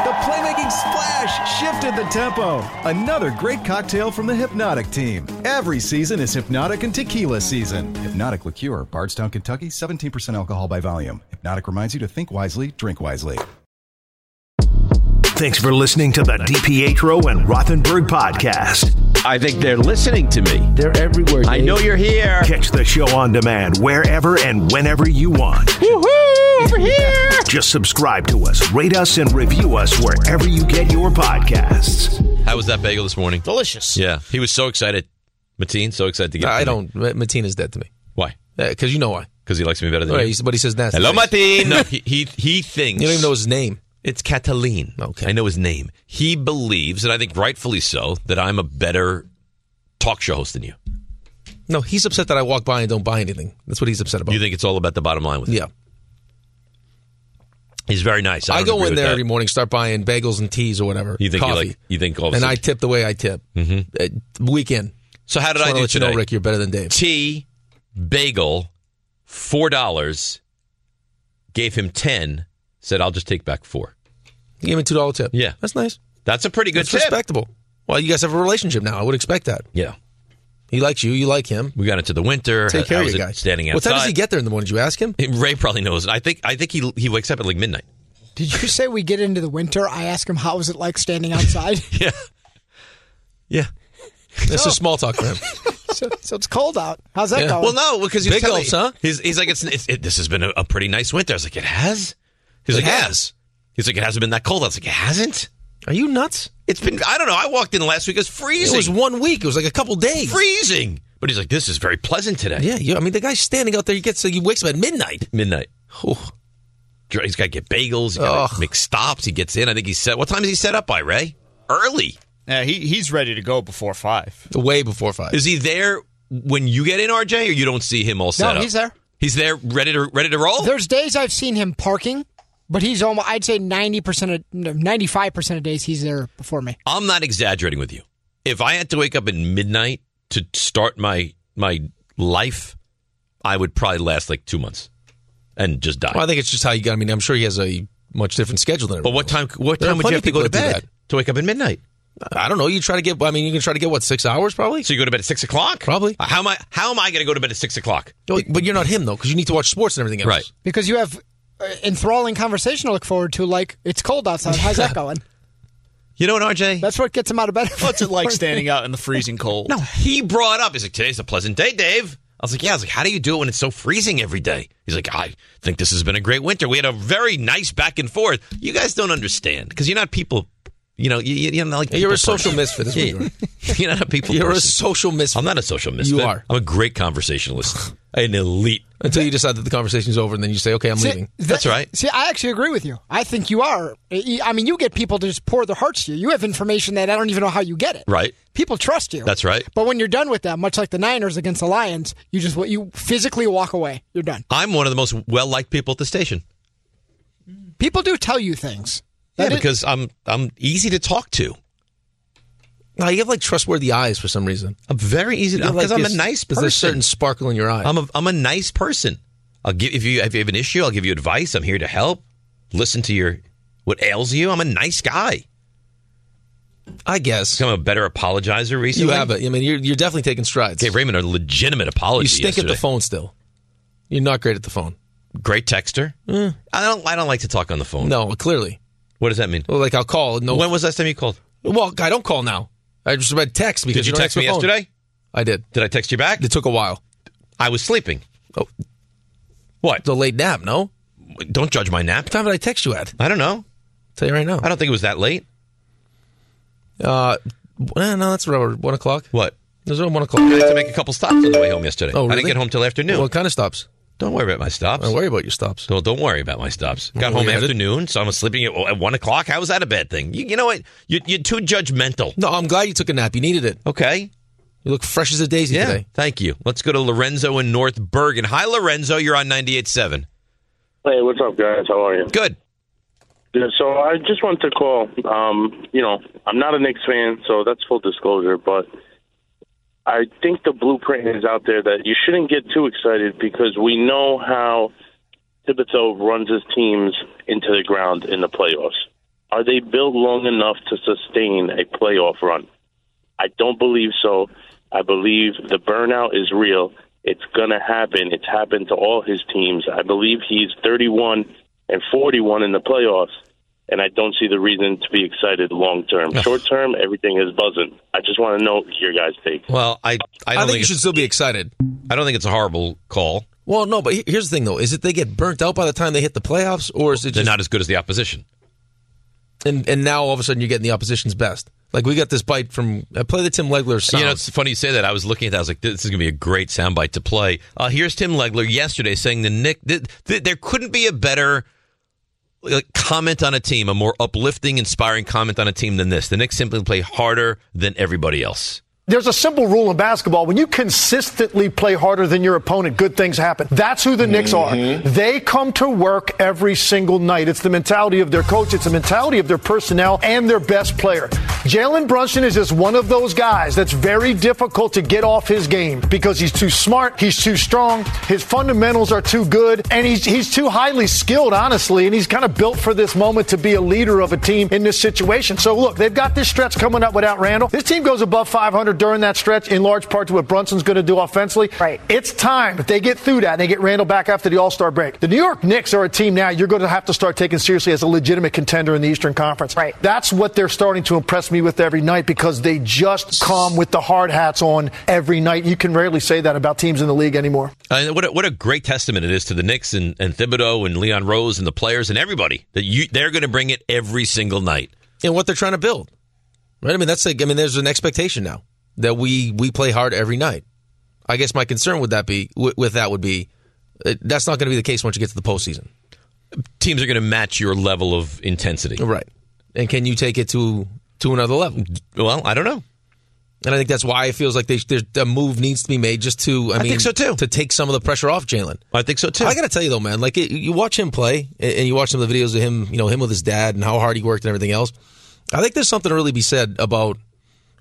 Speaker 12: The playmaking splash shifted the tempo. Another great cocktail from the Hypnotic team. Every season is Hypnotic and Tequila season. Hypnotic Liqueur, Bardstown, Kentucky, 17% alcohol by volume. Hypnotic reminds you to think wisely, drink wisely.
Speaker 1: Thanks for listening to the DiPietro and Rothenberg podcast.
Speaker 13: I think they're listening to me. They're everywhere. I know you're here.
Speaker 1: Catch the show on demand wherever and whenever you want. Woohoo! Over here! Just subscribe to us, rate us, and review us wherever you get your podcasts.
Speaker 4: How was that bagel this morning?
Speaker 6: Delicious.
Speaker 4: Yeah. He was so excited. Mateen, so excited to get
Speaker 3: I
Speaker 4: to me.
Speaker 3: don't. Ma- Mateen is dead to me.
Speaker 4: Why?
Speaker 3: Because you know why.
Speaker 4: Because he likes me better than
Speaker 3: Right,
Speaker 4: you.
Speaker 3: he's- but he says nasty
Speaker 4: Hello,
Speaker 3: things. <laughs>
Speaker 4: Martin. no, he, he he thinks
Speaker 3: You don't even know his name.
Speaker 4: It's Cataline. Okay, I know his name. He believes, and I think rightfully so, that I'm a better talk show host than you.
Speaker 3: No, he's upset that I walk by and don't buy anything. That's what he's upset about.
Speaker 4: You think it's all about the bottom line with him?
Speaker 3: Yeah.
Speaker 4: He's very nice. I,
Speaker 3: I,
Speaker 4: don't
Speaker 3: go
Speaker 4: agree
Speaker 3: in
Speaker 4: with
Speaker 3: there
Speaker 4: that.
Speaker 3: every morning, start buying bagels and teas or whatever.
Speaker 4: You think you
Speaker 3: coffee,
Speaker 4: like? You think all of a
Speaker 3: and I
Speaker 4: sudden-
Speaker 3: tip the way I tip. Mm-hmm. Weekend.
Speaker 4: So how did
Speaker 3: Just
Speaker 4: I
Speaker 3: wanna
Speaker 4: do
Speaker 3: let you know,
Speaker 4: today?
Speaker 3: Rick, you're better than Dave.
Speaker 4: Tea, bagel, four dollars. Gave him ten. Said I'll just take back four.
Speaker 3: He gave me two dollar tip.
Speaker 4: Yeah,
Speaker 3: that's nice.
Speaker 4: That's a pretty good
Speaker 3: That's
Speaker 4: tip.
Speaker 3: respectable. Well, you guys have a relationship now. I would expect that.
Speaker 4: Yeah.
Speaker 3: He likes you. You like him.
Speaker 4: We got into the winter.
Speaker 3: Take
Speaker 4: I-
Speaker 3: care
Speaker 4: I
Speaker 3: of
Speaker 4: was
Speaker 3: you guys.
Speaker 4: Standing outside.
Speaker 3: What time does he get there in the morning? Did you ask him?
Speaker 4: <laughs> Ray probably knows. I think. I think he he wakes up at like midnight.
Speaker 6: Did you say we get into the winter? I ask him how is it like standing
Speaker 3: <laughs>
Speaker 6: outside.
Speaker 4: Yeah. Yeah.
Speaker 3: That's just small talk
Speaker 4: <laughs>
Speaker 3: for him.
Speaker 6: so, so it's cold out. How's that
Speaker 4: Yeah.
Speaker 6: going?
Speaker 4: Well, no, because he's
Speaker 3: Big
Speaker 4: telling
Speaker 3: gulps, huh?
Speaker 4: He's, he's like, it's, it's it, this has been a, a pretty nice winter. I was like, it has. He's like, it has. He's like, it hasn't been that cold. I was like, it hasn't.
Speaker 3: Are you nuts?
Speaker 4: It's been. I don't know. I walked in last week. It was freezing.
Speaker 3: It was one week. It was like a couple days.
Speaker 4: freezing. But he's like, this is very pleasant today.
Speaker 3: Yeah, yeah. I mean, the guy's standing out there. He gets. He wakes up at midnight.
Speaker 4: Midnight. Dr- He's got to get bagels. He's got to make stops. He gets in. I think he's set. What time is he set up by Ray? Early.
Speaker 7: Yeah, he he's ready to go before five.
Speaker 3: Way before five.
Speaker 4: Is he there when you get in, RJ, or you don't see him all set up?
Speaker 6: he's there.
Speaker 4: He's there, ready to ready to roll.
Speaker 6: There's days I've seen him parking, but he's almost. I'd say ninety percent of ninety five percent of days he's there before me.
Speaker 4: I'm not exaggerating with you. If I had to wake up at midnight to start my my life, I would probably last like two months and just die.
Speaker 3: Well, I think it's just how you got. I mean, I'm sure he has a much different schedule than.
Speaker 4: But what time? What
Speaker 3: There are
Speaker 4: time would you have
Speaker 3: plenty
Speaker 4: to
Speaker 3: of people
Speaker 4: go to
Speaker 3: that do
Speaker 4: bed to wake up at midnight?
Speaker 3: I don't know. You try to get. I mean, you can try to get what six hours probably.
Speaker 4: So you go to bed at six o'clock?
Speaker 3: Probably.
Speaker 4: How am I? How am I going to go to bed at six o'clock?
Speaker 3: But you're not him though, because you need to watch sports and everything else.
Speaker 4: Right.
Speaker 6: because you have uh, enthralling conversation to look forward to. Like it's cold outside.
Speaker 3: <laughs>
Speaker 6: How's that going?
Speaker 4: You know what, RJ?
Speaker 6: That's what gets him out of bed.
Speaker 7: What's it like standing out in the freezing cold?
Speaker 4: No, he brought up. He's like, "Today's a pleasant day, Dave." I was like, "Yeah." I was like, "How do you do it when it's so freezing every day?" He's like, "I think this has been a great winter. We had a very nice back and forth. You guys don't understand because you're not people. You know, you, you- you're not like
Speaker 3: Yeah, you're a
Speaker 4: people
Speaker 3: social
Speaker 4: person.
Speaker 3: misfit, is what you
Speaker 4: Yeah. <laughs> you're not a people.
Speaker 3: You're a
Speaker 4: social misfit. I'm not a social misfit.
Speaker 3: You are.
Speaker 4: I'm a great
Speaker 3: <laughs>
Speaker 4: conversationalist. An elite.
Speaker 3: Until you decide that the conversation's over, and then you say, "Okay, I'm leaving."
Speaker 4: That's right.
Speaker 6: See, I actually agree with you. I think you are. I I mean, you get people to just pour their hearts to you. You have information that I don't even know how you get it.
Speaker 4: Right.
Speaker 6: People trust you.
Speaker 4: That's right.
Speaker 6: But when you're done with that, much like the Niners against the Lions, you just you physically walk away. You're done.
Speaker 4: I'm one of the most well liked people at the station.
Speaker 6: People do tell you things.
Speaker 4: Yeah,
Speaker 6: That is-
Speaker 4: because I'm I'm easy to talk to.
Speaker 3: No, you have like trustworthy eyes for some reason.
Speaker 4: I'm very easy to-
Speaker 3: You have, like,
Speaker 4: because I'm a
Speaker 3: this-
Speaker 4: nice
Speaker 3: There's a
Speaker 4: person.
Speaker 3: certain sparkle in your eye.
Speaker 4: I'm a I'm a nice person. I'll give if you if you have an issue, I'll give you advice. I'm here to help. Listen to your what ails you. I'm a nice guy.
Speaker 3: I guess
Speaker 4: I'm a better apologizer
Speaker 3: you
Speaker 4: recently.
Speaker 3: have it. I mean, you're you're definitely taking strides.
Speaker 4: Gave Raymond a legitimate apology.
Speaker 3: you stink at
Speaker 4: yesterday.
Speaker 3: the phone still. You're not great at the phone.
Speaker 4: Great texter. I don't I don't like to talk on the phone.
Speaker 3: Eh. No, clearly.
Speaker 4: What does that mean?
Speaker 3: Well, like I'll call. No. <laughs>
Speaker 4: When was the last time you called?
Speaker 3: Well, I don't call now. I just read text because
Speaker 4: Did you
Speaker 3: don't
Speaker 4: text me
Speaker 3: answer the phone.
Speaker 4: yesterday?
Speaker 3: I did.
Speaker 4: Did I text you back?
Speaker 3: It took a while.
Speaker 4: I was sleeping.
Speaker 3: Oh.
Speaker 4: What?
Speaker 3: The late nap. No.
Speaker 4: Don't judge my nap.
Speaker 3: What time did I text you at?
Speaker 4: I don't know.
Speaker 3: tell you right now.
Speaker 4: I don't think it was that late.
Speaker 3: Uh, eh, no, that's around one o'clock.
Speaker 4: What?
Speaker 3: It was around one o'clock.
Speaker 4: I had to make a couple stops on the way home yesterday. I
Speaker 3: Oh, really?
Speaker 4: didn't get home till afternoon.
Speaker 3: What kind of stops?
Speaker 4: Don't worry about my stops.
Speaker 3: Don't worry about your stops.
Speaker 4: So don't worry about my stops. Got
Speaker 3: Well,
Speaker 4: home
Speaker 3: we had it.
Speaker 4: afternoon, so I'm sleeping at, at one o'clock. How is that a bad thing? You, you know what? You, you're too judgmental.
Speaker 3: No, I'm glad you took a nap. You needed it.
Speaker 4: Okay.
Speaker 3: You look fresh as a daisy
Speaker 4: Yeah.
Speaker 3: today.
Speaker 4: Thank you. Let's go to Lorenzo in North Bergen. Hi, Lorenzo. You're on 98.7.
Speaker 14: Hey, what's up, guys? How are you?
Speaker 4: Good.
Speaker 14: Yeah, so I just want to call. Um, you know, I'm not a Knicks fan, so that's full disclosure, but I think the blueprint is out there that you shouldn't get too excited because we know how Thibodeau runs his teams into the ground in the playoffs. Are they built long enough to sustain a playoff run? I don't believe so. I believe the burnout is real. It's going to happen. It's happened to all his teams. I believe he's 31 and 41 in the playoffs, and I don't see the reason to be excited long term. Short term, everything is buzzing. I just want to know your guys' take.
Speaker 4: Well, I, I don't
Speaker 3: think, you
Speaker 4: it's-
Speaker 3: should still be excited.
Speaker 4: I don't think it's a horrible call.
Speaker 3: Well, no, but he- here's the thing though: is it they get burnt out by the time they hit the playoffs, or is it
Speaker 4: They're
Speaker 3: just
Speaker 4: not as good as the opposition.
Speaker 3: and and now all of a sudden you're getting the opposition's best? Like we got this bite from I play the Tim Legler sound.
Speaker 4: You know, it's funny you say that. I was looking at that. I was like, this is going to be a great soundbite to play. Uh, here's Tim Legler yesterday saying the Nick, th- th- there couldn't be a better like, comment on a team, a more uplifting, inspiring comment on a team than this. The Knicks simply play harder than everybody else.
Speaker 15: There's a simple rule in basketball. When you consistently play harder than your opponent, good things happen. That's who the Knicks are. They come to work every single night. It's the mentality of their coach, it's the mentality of their personnel and their best player. Jalen Brunson is just one of those guys that's very difficult to get off his game because he's too smart, he's too strong, his fundamentals are too good, and he's, he's too highly skilled, honestly, and he's kind of built for this moment to be a leader of a team in this situation. So look, they've got this stretch coming up without Randall. This team goes above 500 during that stretch in large part to what Brunson's going to do offensively. Right. It's time if they get through that and they get Randall back after the All-Star break. The New York Knicks are a team now you're going to have to start taking seriously as a legitimate contender in the Eastern Conference. Right. That's what they're starting to impress me with every night because they just come with the hard hats on every night. You can rarely say that about teams in the league anymore.
Speaker 4: And what a, what a great testament it is to the Knicks and, and Thibodeau and Leon Rose and the players and everybody that you they're going to bring it every single night.
Speaker 3: And what they're trying to build, right? I mean, that's like I mean, there's an expectation now that we we play hard every night. I guess my concern would that be with, with that would be uh, that's not going to be the case once you get to the postseason.
Speaker 4: Teams are going to match your level of intensity.
Speaker 3: Right. And can you take it to to another level?
Speaker 4: Well, I don't know.
Speaker 3: And I think that's why it feels like they, there's a move needs to be made just to
Speaker 4: I
Speaker 3: I, mean
Speaker 4: think so, too.
Speaker 3: to take some of the pressure off Jalen.
Speaker 4: I think so too.
Speaker 3: I got to tell you though, man, like it, you watch him play and and you watch some of the videos of him, you know, him with his dad and how hard he worked and everything else. I think there's something to really be said about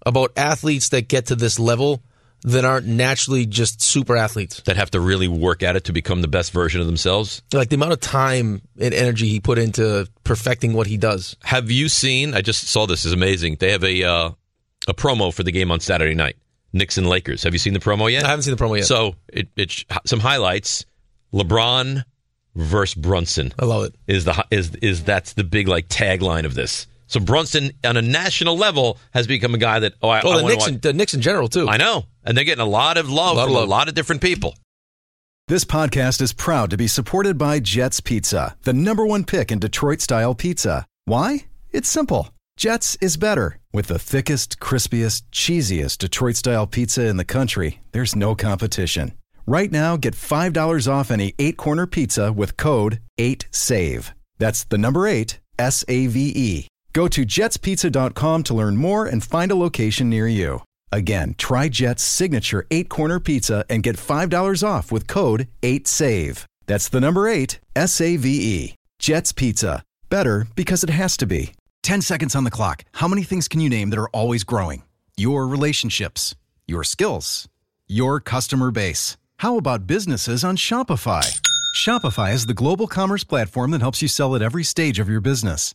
Speaker 3: about athletes that get to this level that aren't naturally just super athletes.
Speaker 4: That have to really work at it to become the best version of themselves.
Speaker 3: Like the amount of time and energy he put into perfecting what he does.
Speaker 4: Have you seen? I just saw this. is amazing. They have a uh, a promo for the game on Saturday night. Knicks and Lakers. Have you seen the promo yet?
Speaker 3: I haven't seen the promo yet.
Speaker 4: So it, it's some highlights. LeBron versus Brunson.
Speaker 3: I love it.
Speaker 4: Is the hi- is is that's the big like tagline of this. So Brunson on a national level has become a guy that oh I,
Speaker 3: Oh,
Speaker 4: I
Speaker 3: the
Speaker 4: wanna
Speaker 3: Knicks,
Speaker 4: watch-
Speaker 3: in, the Knicks in general too.
Speaker 4: I know, and they're getting a lot of love
Speaker 3: Lot of
Speaker 4: from
Speaker 3: love.
Speaker 4: a lot of different people.
Speaker 12: This podcast is proud to be supported by Jets Pizza, the number one pick in Detroit style pizza. Why? It's simple. Jets is better. With the thickest, crispiest, cheesiest Detroit style pizza in the country, there's no competition. Right now, get $5 off any eight corner pizza with code 8SAVE. That's the number eight, S A V E. Go to jetspizza.com to learn more and find a location near you. Again, try Jet's signature eight corner pizza and get $5 off with code 8SAVE. That's the number eight, S A V E. Jet's Pizza. Better because it has to be. 10 seconds on the clock. How many things can you name that are always growing? Your relationships, your skills, your customer base. How about businesses on Shopify? Shopify is the global commerce platform that helps you sell at every stage of your business.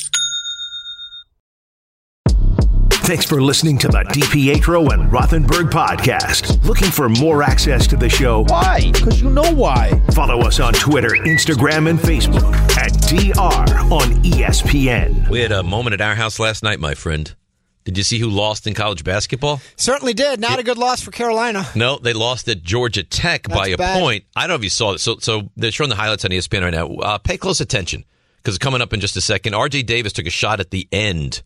Speaker 1: Thanks for listening to the DiPietro and Rothenberg podcast. Looking for more access to the show? Why? Because you know why. Follow us on Twitter, Instagram, and Facebook at DR on E ESPN.
Speaker 4: We had a moment at our house last night, my friend. Did you see who lost in college basketball?
Speaker 6: Certainly did. Not a good loss for Carolina.
Speaker 4: No, they lost at Georgia Tech by
Speaker 6: That's
Speaker 4: a
Speaker 6: bad.
Speaker 4: point. I don't know if you saw it. So, so they're showing the highlights on ESPN right now. Uh, pay close attention because coming up in just a second, R.J. Davis took a shot at the end.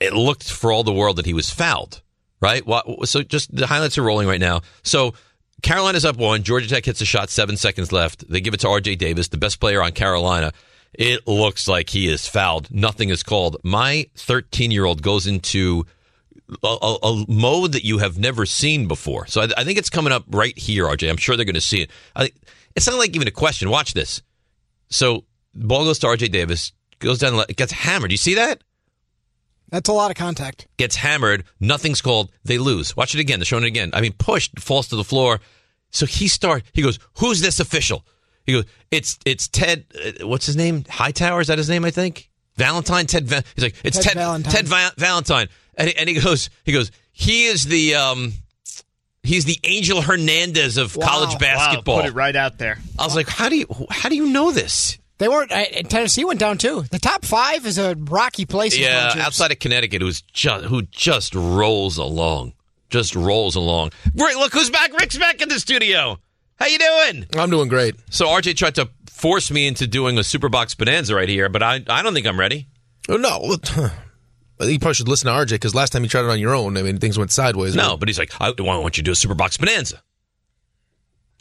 Speaker 4: It looked for all the world that he was fouled, right? Wha- So just the highlights are rolling right now. So Carolina's up one. Georgia Tech hits a shot, seven seconds left. They give it to R.J. Davis, the best player on Carolina. It looks like he is fouled. Nothing is called. My 13 year old goes into a, a, a mode that you have never seen before. So I, I think it's coming up right here, RJ. I'm sure they're going to see it. I, it's not like even a question. Watch this. So ball goes to RJ Davis, goes down, the le- gets hammered. You see that?
Speaker 6: That's a lot of contact.
Speaker 4: Gets hammered. Nothing's called. They lose. Watch it again. They're showing it again. I mean, pushed, falls to the floor. So he start. He goes, "Who's this official?" He goes, "It's it's Ted. uh, What's his name? Hightower is that his name? I think Valentine. Ted. Va-" He's like, it's
Speaker 6: Ted
Speaker 4: Ted.
Speaker 6: Valentine.
Speaker 4: Ted Va- Valentine. And he, and he goes, he goes, he is the um, he's the Angel Hernandez of college basketball.
Speaker 7: Wow, put it right out there.
Speaker 4: I was like, how do you how do you know this?
Speaker 6: They weren't. I, and Tennessee went down too. The top five is a rocky place. in
Speaker 4: Yeah,
Speaker 6: college.
Speaker 4: outside of Connecticut, who's just who just rolls along, just rolls along. Rick, look who's back! Rick's back in the studio. How you doing?
Speaker 3: I'm doing great.
Speaker 4: So RJ tried to force me into doing a Superbox Bonanza right here, but I I don't think I'm ready.
Speaker 3: Oh, no, well, <sighs> I think you probably should listen to RJ because last time you tried it on your own, I mean, things went sideways.
Speaker 4: No, but he's like, I want you to do a Superbox Bonanza. And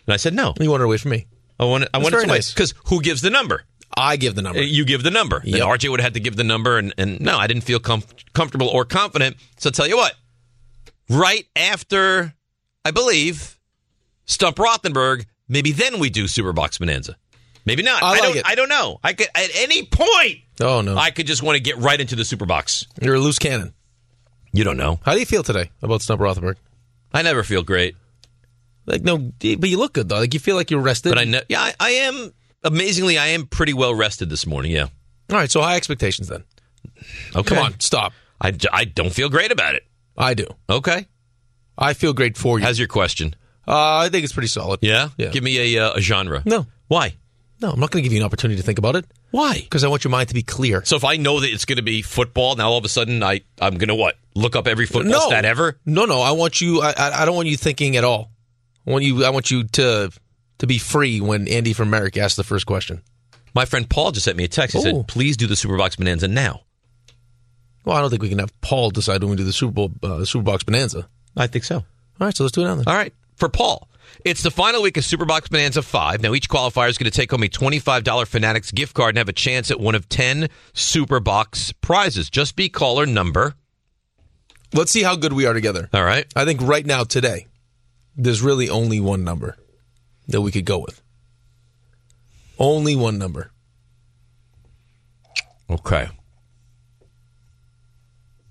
Speaker 4: And I said, no. You wanted it away from me. I wanted, I
Speaker 3: That's
Speaker 4: wanted
Speaker 3: very
Speaker 4: it
Speaker 3: nice.
Speaker 4: Because who gives the number?
Speaker 3: I give the number.
Speaker 4: Uh, You give the number. Then
Speaker 3: Yep.
Speaker 4: RJ would have had to give the number, and, and no, I didn't feel com- comfortable or confident. So tell you what, right after, I believe, Stump Rothenberg, maybe then we do Super Box Bonanza. Maybe not.
Speaker 3: I like
Speaker 4: don't,
Speaker 3: it.
Speaker 4: I don't know. I could at any point.
Speaker 3: Oh no,
Speaker 4: I could just want to get right into the Super Box.
Speaker 3: you're a loose cannon.
Speaker 4: You don't know.
Speaker 3: How do you feel today about Stump Rothenberg?
Speaker 4: I never feel great.
Speaker 3: Like no, but you look good though. Like you feel like you're rested.
Speaker 4: But I know. Yeah, I, I am. Amazingly, I am pretty well rested this morning. Yeah.
Speaker 3: All right, so high expectations then.
Speaker 4: Oh,
Speaker 3: come on, stop.
Speaker 4: I, d- I don't feel great about it.
Speaker 3: I do.
Speaker 4: Okay.
Speaker 3: I feel great for you.
Speaker 4: How's your question?
Speaker 3: Uh, I think it's pretty solid.
Speaker 4: Yeah.
Speaker 3: Yeah.
Speaker 4: Give me a, uh, a genre.
Speaker 3: No.
Speaker 4: Why?
Speaker 3: No, I'm not going to give you an opportunity to think about it.
Speaker 4: Why?
Speaker 3: Because I want your mind to be clear.
Speaker 4: So if I know that it's going to be football, now all of a sudden I I'm going to what? Look up every football
Speaker 3: no,
Speaker 4: stat ever.
Speaker 3: No, no. I want you. I, I I don't want you thinking at all. I want you. I want you to to be free when Andy from Merrick asked the first question.
Speaker 4: My friend Paul just sent me a text. He
Speaker 3: Oh.
Speaker 4: said, "Please do the Superbox Bonanza now."
Speaker 3: Well, I don't think we can have Paul decide when we do the Super Bowl uh, Super Box Bonanza.
Speaker 4: I think so.
Speaker 3: All right, so let's do it now then.
Speaker 4: All right, for Paul. It's the final week of Superbox Bonanza 5. Now, each qualifier is going to take home a $25 Fanatics gift card and have a chance at one of 10 Superbox prizes. Just be caller number.
Speaker 3: Let's see how good we are together.
Speaker 4: All right.
Speaker 3: I think right now today, there's really only one number that we could go with. Only one number.
Speaker 4: Okay.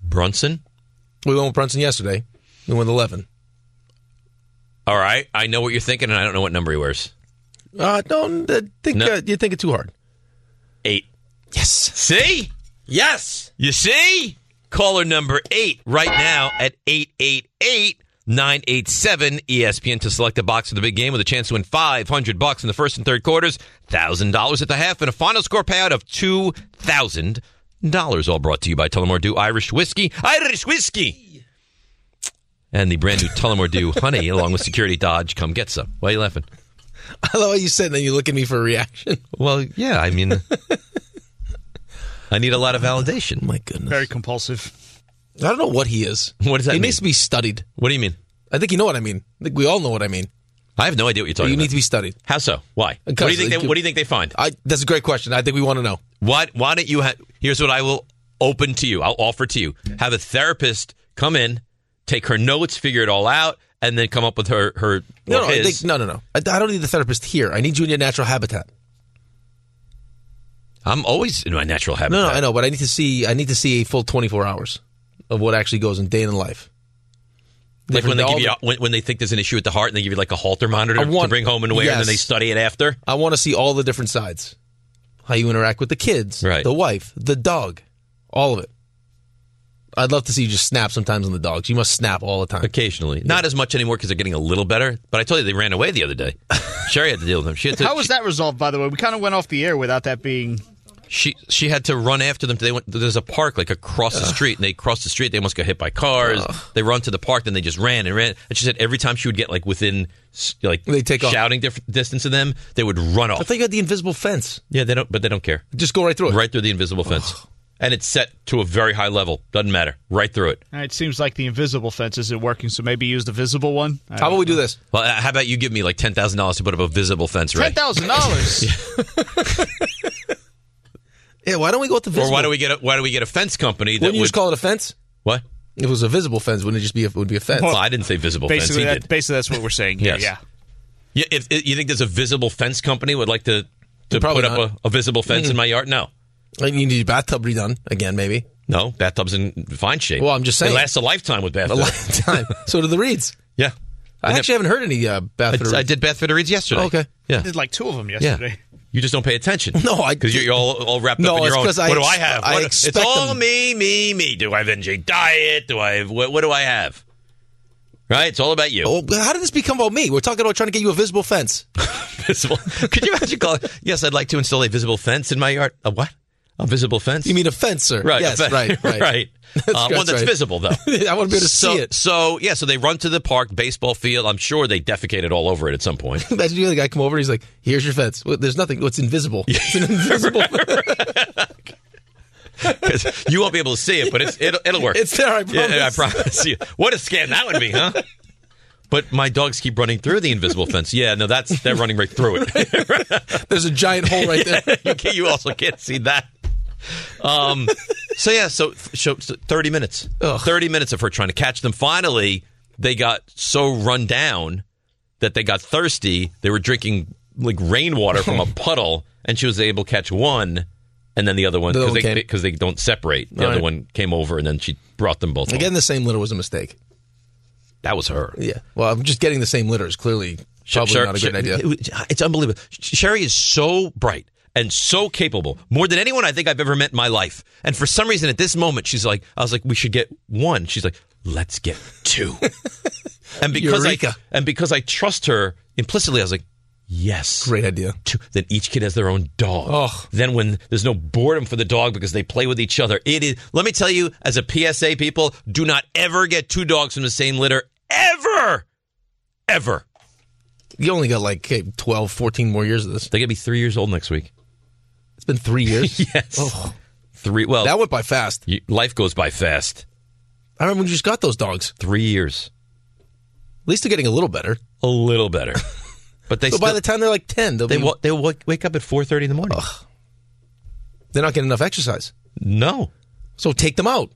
Speaker 4: Brunson.
Speaker 3: We went with Brunson yesterday. We went eleven.
Speaker 4: All right. I know what you're thinking, and I don't know what number he wears.
Speaker 3: Uh, don't uh, think
Speaker 4: No.
Speaker 3: uh, you think it too hard. <laughs>
Speaker 4: Eight. Yes. See?
Speaker 3: Yes.
Speaker 4: You see? Caller number eight right now at 888 987 ESPN to select a box for the big game with a chance to win 500 bucks in the first and third quarters, $1,000 at the half, and a final score payout of $2,000. All brought to you by Tullamore Dew Irish Whiskey. Irish Whiskey! And the brand new Tullamore Dew Honey, along with Security Dodge. Come get some. Why are you laughing?
Speaker 3: I love how you said, and then you look at me for a reaction.
Speaker 4: Well, yeah, I mean, I need a lot of validation.
Speaker 3: My goodness.
Speaker 7: Very compulsive.
Speaker 3: I don't know what he is.
Speaker 4: What does that
Speaker 3: He
Speaker 4: mean?
Speaker 3: needs to be studied.
Speaker 4: What do you mean?
Speaker 3: I think you know what I mean. I think we all know what I mean.
Speaker 4: I have no idea what you're
Speaker 3: You
Speaker 4: talking about.
Speaker 3: need to be studied.
Speaker 4: How so? Why? What do you think? They, what do you think they find?
Speaker 3: I, that's a great question. I think we want to know.
Speaker 4: Why? Why don't you? Ha- Here's what I will open to you. I'll offer to you: have a therapist come in, take her notes, figure it all out, and then come up with her her or
Speaker 3: No, no, I
Speaker 4: his-
Speaker 3: think, no, no, no. I, I don't need the therapist here. I need you in your natural habitat.
Speaker 4: I'm always in my natural habitat.
Speaker 3: No, no, I know, but I need to see. I need to see a full 24 hours of what actually goes in day in life.
Speaker 4: Like when
Speaker 3: Different-
Speaker 4: they
Speaker 3: all
Speaker 4: give you
Speaker 3: the-
Speaker 4: when, when they think there's an issue at the heart, and they give you like a halter monitor
Speaker 3: I want-
Speaker 4: to bring home and wear, and
Speaker 3: Yes.
Speaker 4: then they study it after.
Speaker 3: I want to see all the different sides. How you interact with the kids,
Speaker 4: Right.
Speaker 3: the wife, the dog, all of it. I'd love to see you just snap sometimes on the dogs. You must snap all the time.
Speaker 4: Occasionally, not as much anymore because they're getting a little better. But I told you they ran away the other
Speaker 3: <laughs>
Speaker 4: day. Sherry had to deal with them. She had to,
Speaker 7: How was that resolved, by the way? We kind of went off the air without that being.
Speaker 4: she she had to run after them. They went there's a park like across the street, and they crossed the street. They almost got hit by cars. They run to the park, then they just ran and ran. And she said every time she would get like within s- like
Speaker 3: They take off.
Speaker 4: shouting diff- distance of them, they would run
Speaker 3: I
Speaker 4: off.
Speaker 3: thought you had the invisible fence.
Speaker 4: yeah, they don't, but they don't care.
Speaker 3: Just go right through it.
Speaker 4: Right through the invisible fence, and it's set to a very high level. Doesn't matter. Right through it.
Speaker 7: It seems like the invisible fence isn't working, so maybe use the visible one. I
Speaker 3: How about we do this?
Speaker 4: Well, uh, how about you give me like ten thousand dollars to put up a visible fence,
Speaker 7: Ten
Speaker 4: right? <laughs>
Speaker 7: thousand dollars.
Speaker 3: <laughs> Yeah, why don't we go with the visible?
Speaker 4: Or why do we get a, why do we get a fence company that
Speaker 3: Wouldn't you
Speaker 4: would
Speaker 3: just call it a fence?
Speaker 4: what?
Speaker 3: If it was a visible fence, wouldn't it just be a, would be a fence?
Speaker 4: Well, I didn't say visible fence.
Speaker 7: Basically,
Speaker 4: He
Speaker 7: that,
Speaker 4: did.
Speaker 7: basically that's what we're saying
Speaker 4: <laughs>
Speaker 7: here.
Speaker 4: Yes.
Speaker 7: Yeah.
Speaker 4: Yeah, if, if you think there's a visible fence company would like to to
Speaker 3: Probably
Speaker 4: put up
Speaker 3: not.
Speaker 4: a, a visible fence in my yard, no.
Speaker 3: I you need your bathtub redone again, maybe
Speaker 4: No, bathtubs in fine shape.
Speaker 3: Well, I'm just saying.
Speaker 4: it lasts a lifetime with
Speaker 3: a
Speaker 4: bathtubs. <laughs>
Speaker 3: lifetime. so do the reeds.
Speaker 4: yeah,
Speaker 3: I
Speaker 4: And
Speaker 3: actually haven't heard any uh,
Speaker 4: I,
Speaker 3: bathroom.
Speaker 4: I did bath fitter reads yesterday.
Speaker 3: Oh, okay.
Speaker 4: yeah,
Speaker 7: I did like two of them
Speaker 4: yeah.
Speaker 7: yesterday.
Speaker 4: You just don't pay attention.
Speaker 3: <laughs> No, I
Speaker 4: because you're all all wrapped
Speaker 3: No,
Speaker 4: up in
Speaker 3: it's
Speaker 4: your own.
Speaker 3: 'cause I
Speaker 4: what do I
Speaker 3: ex-
Speaker 4: have?
Speaker 3: I
Speaker 4: What-
Speaker 3: expect
Speaker 4: it's all
Speaker 3: them-
Speaker 4: me, me, me. Do I have NJ diet? Do I have what, what? do I have? Right, it's all about you.
Speaker 3: Oh, how did this become about me? We're talking about trying to get you a visible fence. <laughs>
Speaker 4: <laughs> Visible. Could you imagine calling? Yes, I'd like to install a visible fence in my yard. A what? A visible fence?
Speaker 3: You mean a fence, sir?
Speaker 4: Right.
Speaker 3: Yes.
Speaker 4: <laughs>
Speaker 3: Right. Right. <laughs> That's
Speaker 4: Uh, one that's
Speaker 3: right.
Speaker 4: visible, though.
Speaker 3: <laughs> I want to be able to
Speaker 4: so,
Speaker 3: see it.
Speaker 4: So, yeah, so they run to the park, baseball field. I'm sure they defecated all over it at some point.
Speaker 3: Imagine you the guy come over and he's like, "Here's your fence. Well, there's nothing. What's invisible? It's an invisible.
Speaker 4: 'Cause you won't be able to see it, but it's, it'll, it'll work.
Speaker 3: it's there. I promise. <laughs>
Speaker 4: Yeah, I promise you. What a scam that would be, huh? But my dogs keep running through the invisible fence. Yeah, no, that's they're running right through it. There's a giant
Speaker 3: <laughs>
Speaker 4: hole right <laughs> there. you, can't- you also can't see that. Um. So yeah. So, so so thirty minutes. Thirty minutes of her trying to catch them. Finally, they got so run down that they got thirsty. They were drinking like rainwater
Speaker 3: <laughs>
Speaker 4: from a puddle, and she was able to catch one, and then the other one
Speaker 3: The
Speaker 4: because
Speaker 3: other
Speaker 4: they
Speaker 3: one came.
Speaker 4: because they don't separate. The
Speaker 3: All
Speaker 4: other
Speaker 3: right.
Speaker 4: one came over, and then she brought them both.
Speaker 3: Again, the same litter was a mistake.
Speaker 4: That was her.
Speaker 3: Yeah. Well, I'm just getting the same litter is clearly probably
Speaker 4: Sher-
Speaker 3: not a
Speaker 4: Sher-
Speaker 3: good idea.
Speaker 4: <laughs> It's unbelievable. Sh- Sherry is so bright and so capable, more than anyone I think I've ever met in my life. And for some reason, at this moment, she's like, I was like, we should get one. She's like, let's get
Speaker 3: <laughs>
Speaker 4: two. and because
Speaker 3: Eureka.
Speaker 4: I and because I trust her implicitly, I was like, yes, great idea. Two. Then each kid has their own dog. Then when there's no boredom for the dog because they play with each other, it is. Let me tell you, as a PSA, people, do not ever get two dogs from the same litter ever, ever.
Speaker 3: You only got like okay, 12, 14 more years of this.
Speaker 4: They're going to be three years old next week.
Speaker 3: It's been three years?
Speaker 4: <laughs> yes. Three. Well, that
Speaker 3: went by fast.
Speaker 4: life goes by fast.
Speaker 3: I remember when you just got those dogs.
Speaker 4: Three years.
Speaker 3: At least they're getting a little better.
Speaker 4: A little
Speaker 3: <laughs>
Speaker 4: better. But they
Speaker 3: so by
Speaker 4: still-
Speaker 3: the time they're like 10, they'll
Speaker 4: They
Speaker 3: be,
Speaker 4: wa- they wa- wake up at 4.30 in the morning.
Speaker 3: They're not getting enough exercise.
Speaker 4: No.
Speaker 3: So take them out.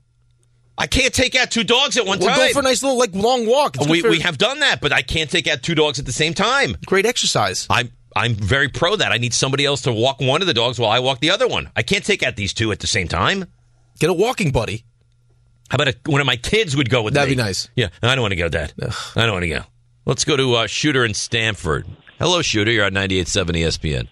Speaker 4: I can't take out two dogs at one
Speaker 3: Well,
Speaker 4: time. Oh,
Speaker 3: go for a nice little like long walk. It's
Speaker 4: we,
Speaker 3: good for-
Speaker 4: we have done that, but I can't take out two dogs at the same time.
Speaker 3: Great exercise.
Speaker 4: I'm I'm very pro that. I need somebody else to walk one of the dogs while I walk the other one. I can't take out these two at the same time.
Speaker 3: Get a walking buddy.
Speaker 4: How about a, one of my kids would go with
Speaker 3: That'd
Speaker 4: me?
Speaker 3: be nice.
Speaker 4: Yeah, I don't want to go, Dad. I don't want to go. Let's go to uh, Shooter in Stanford. Hello, Shooter. You're on 98.7 ESPN.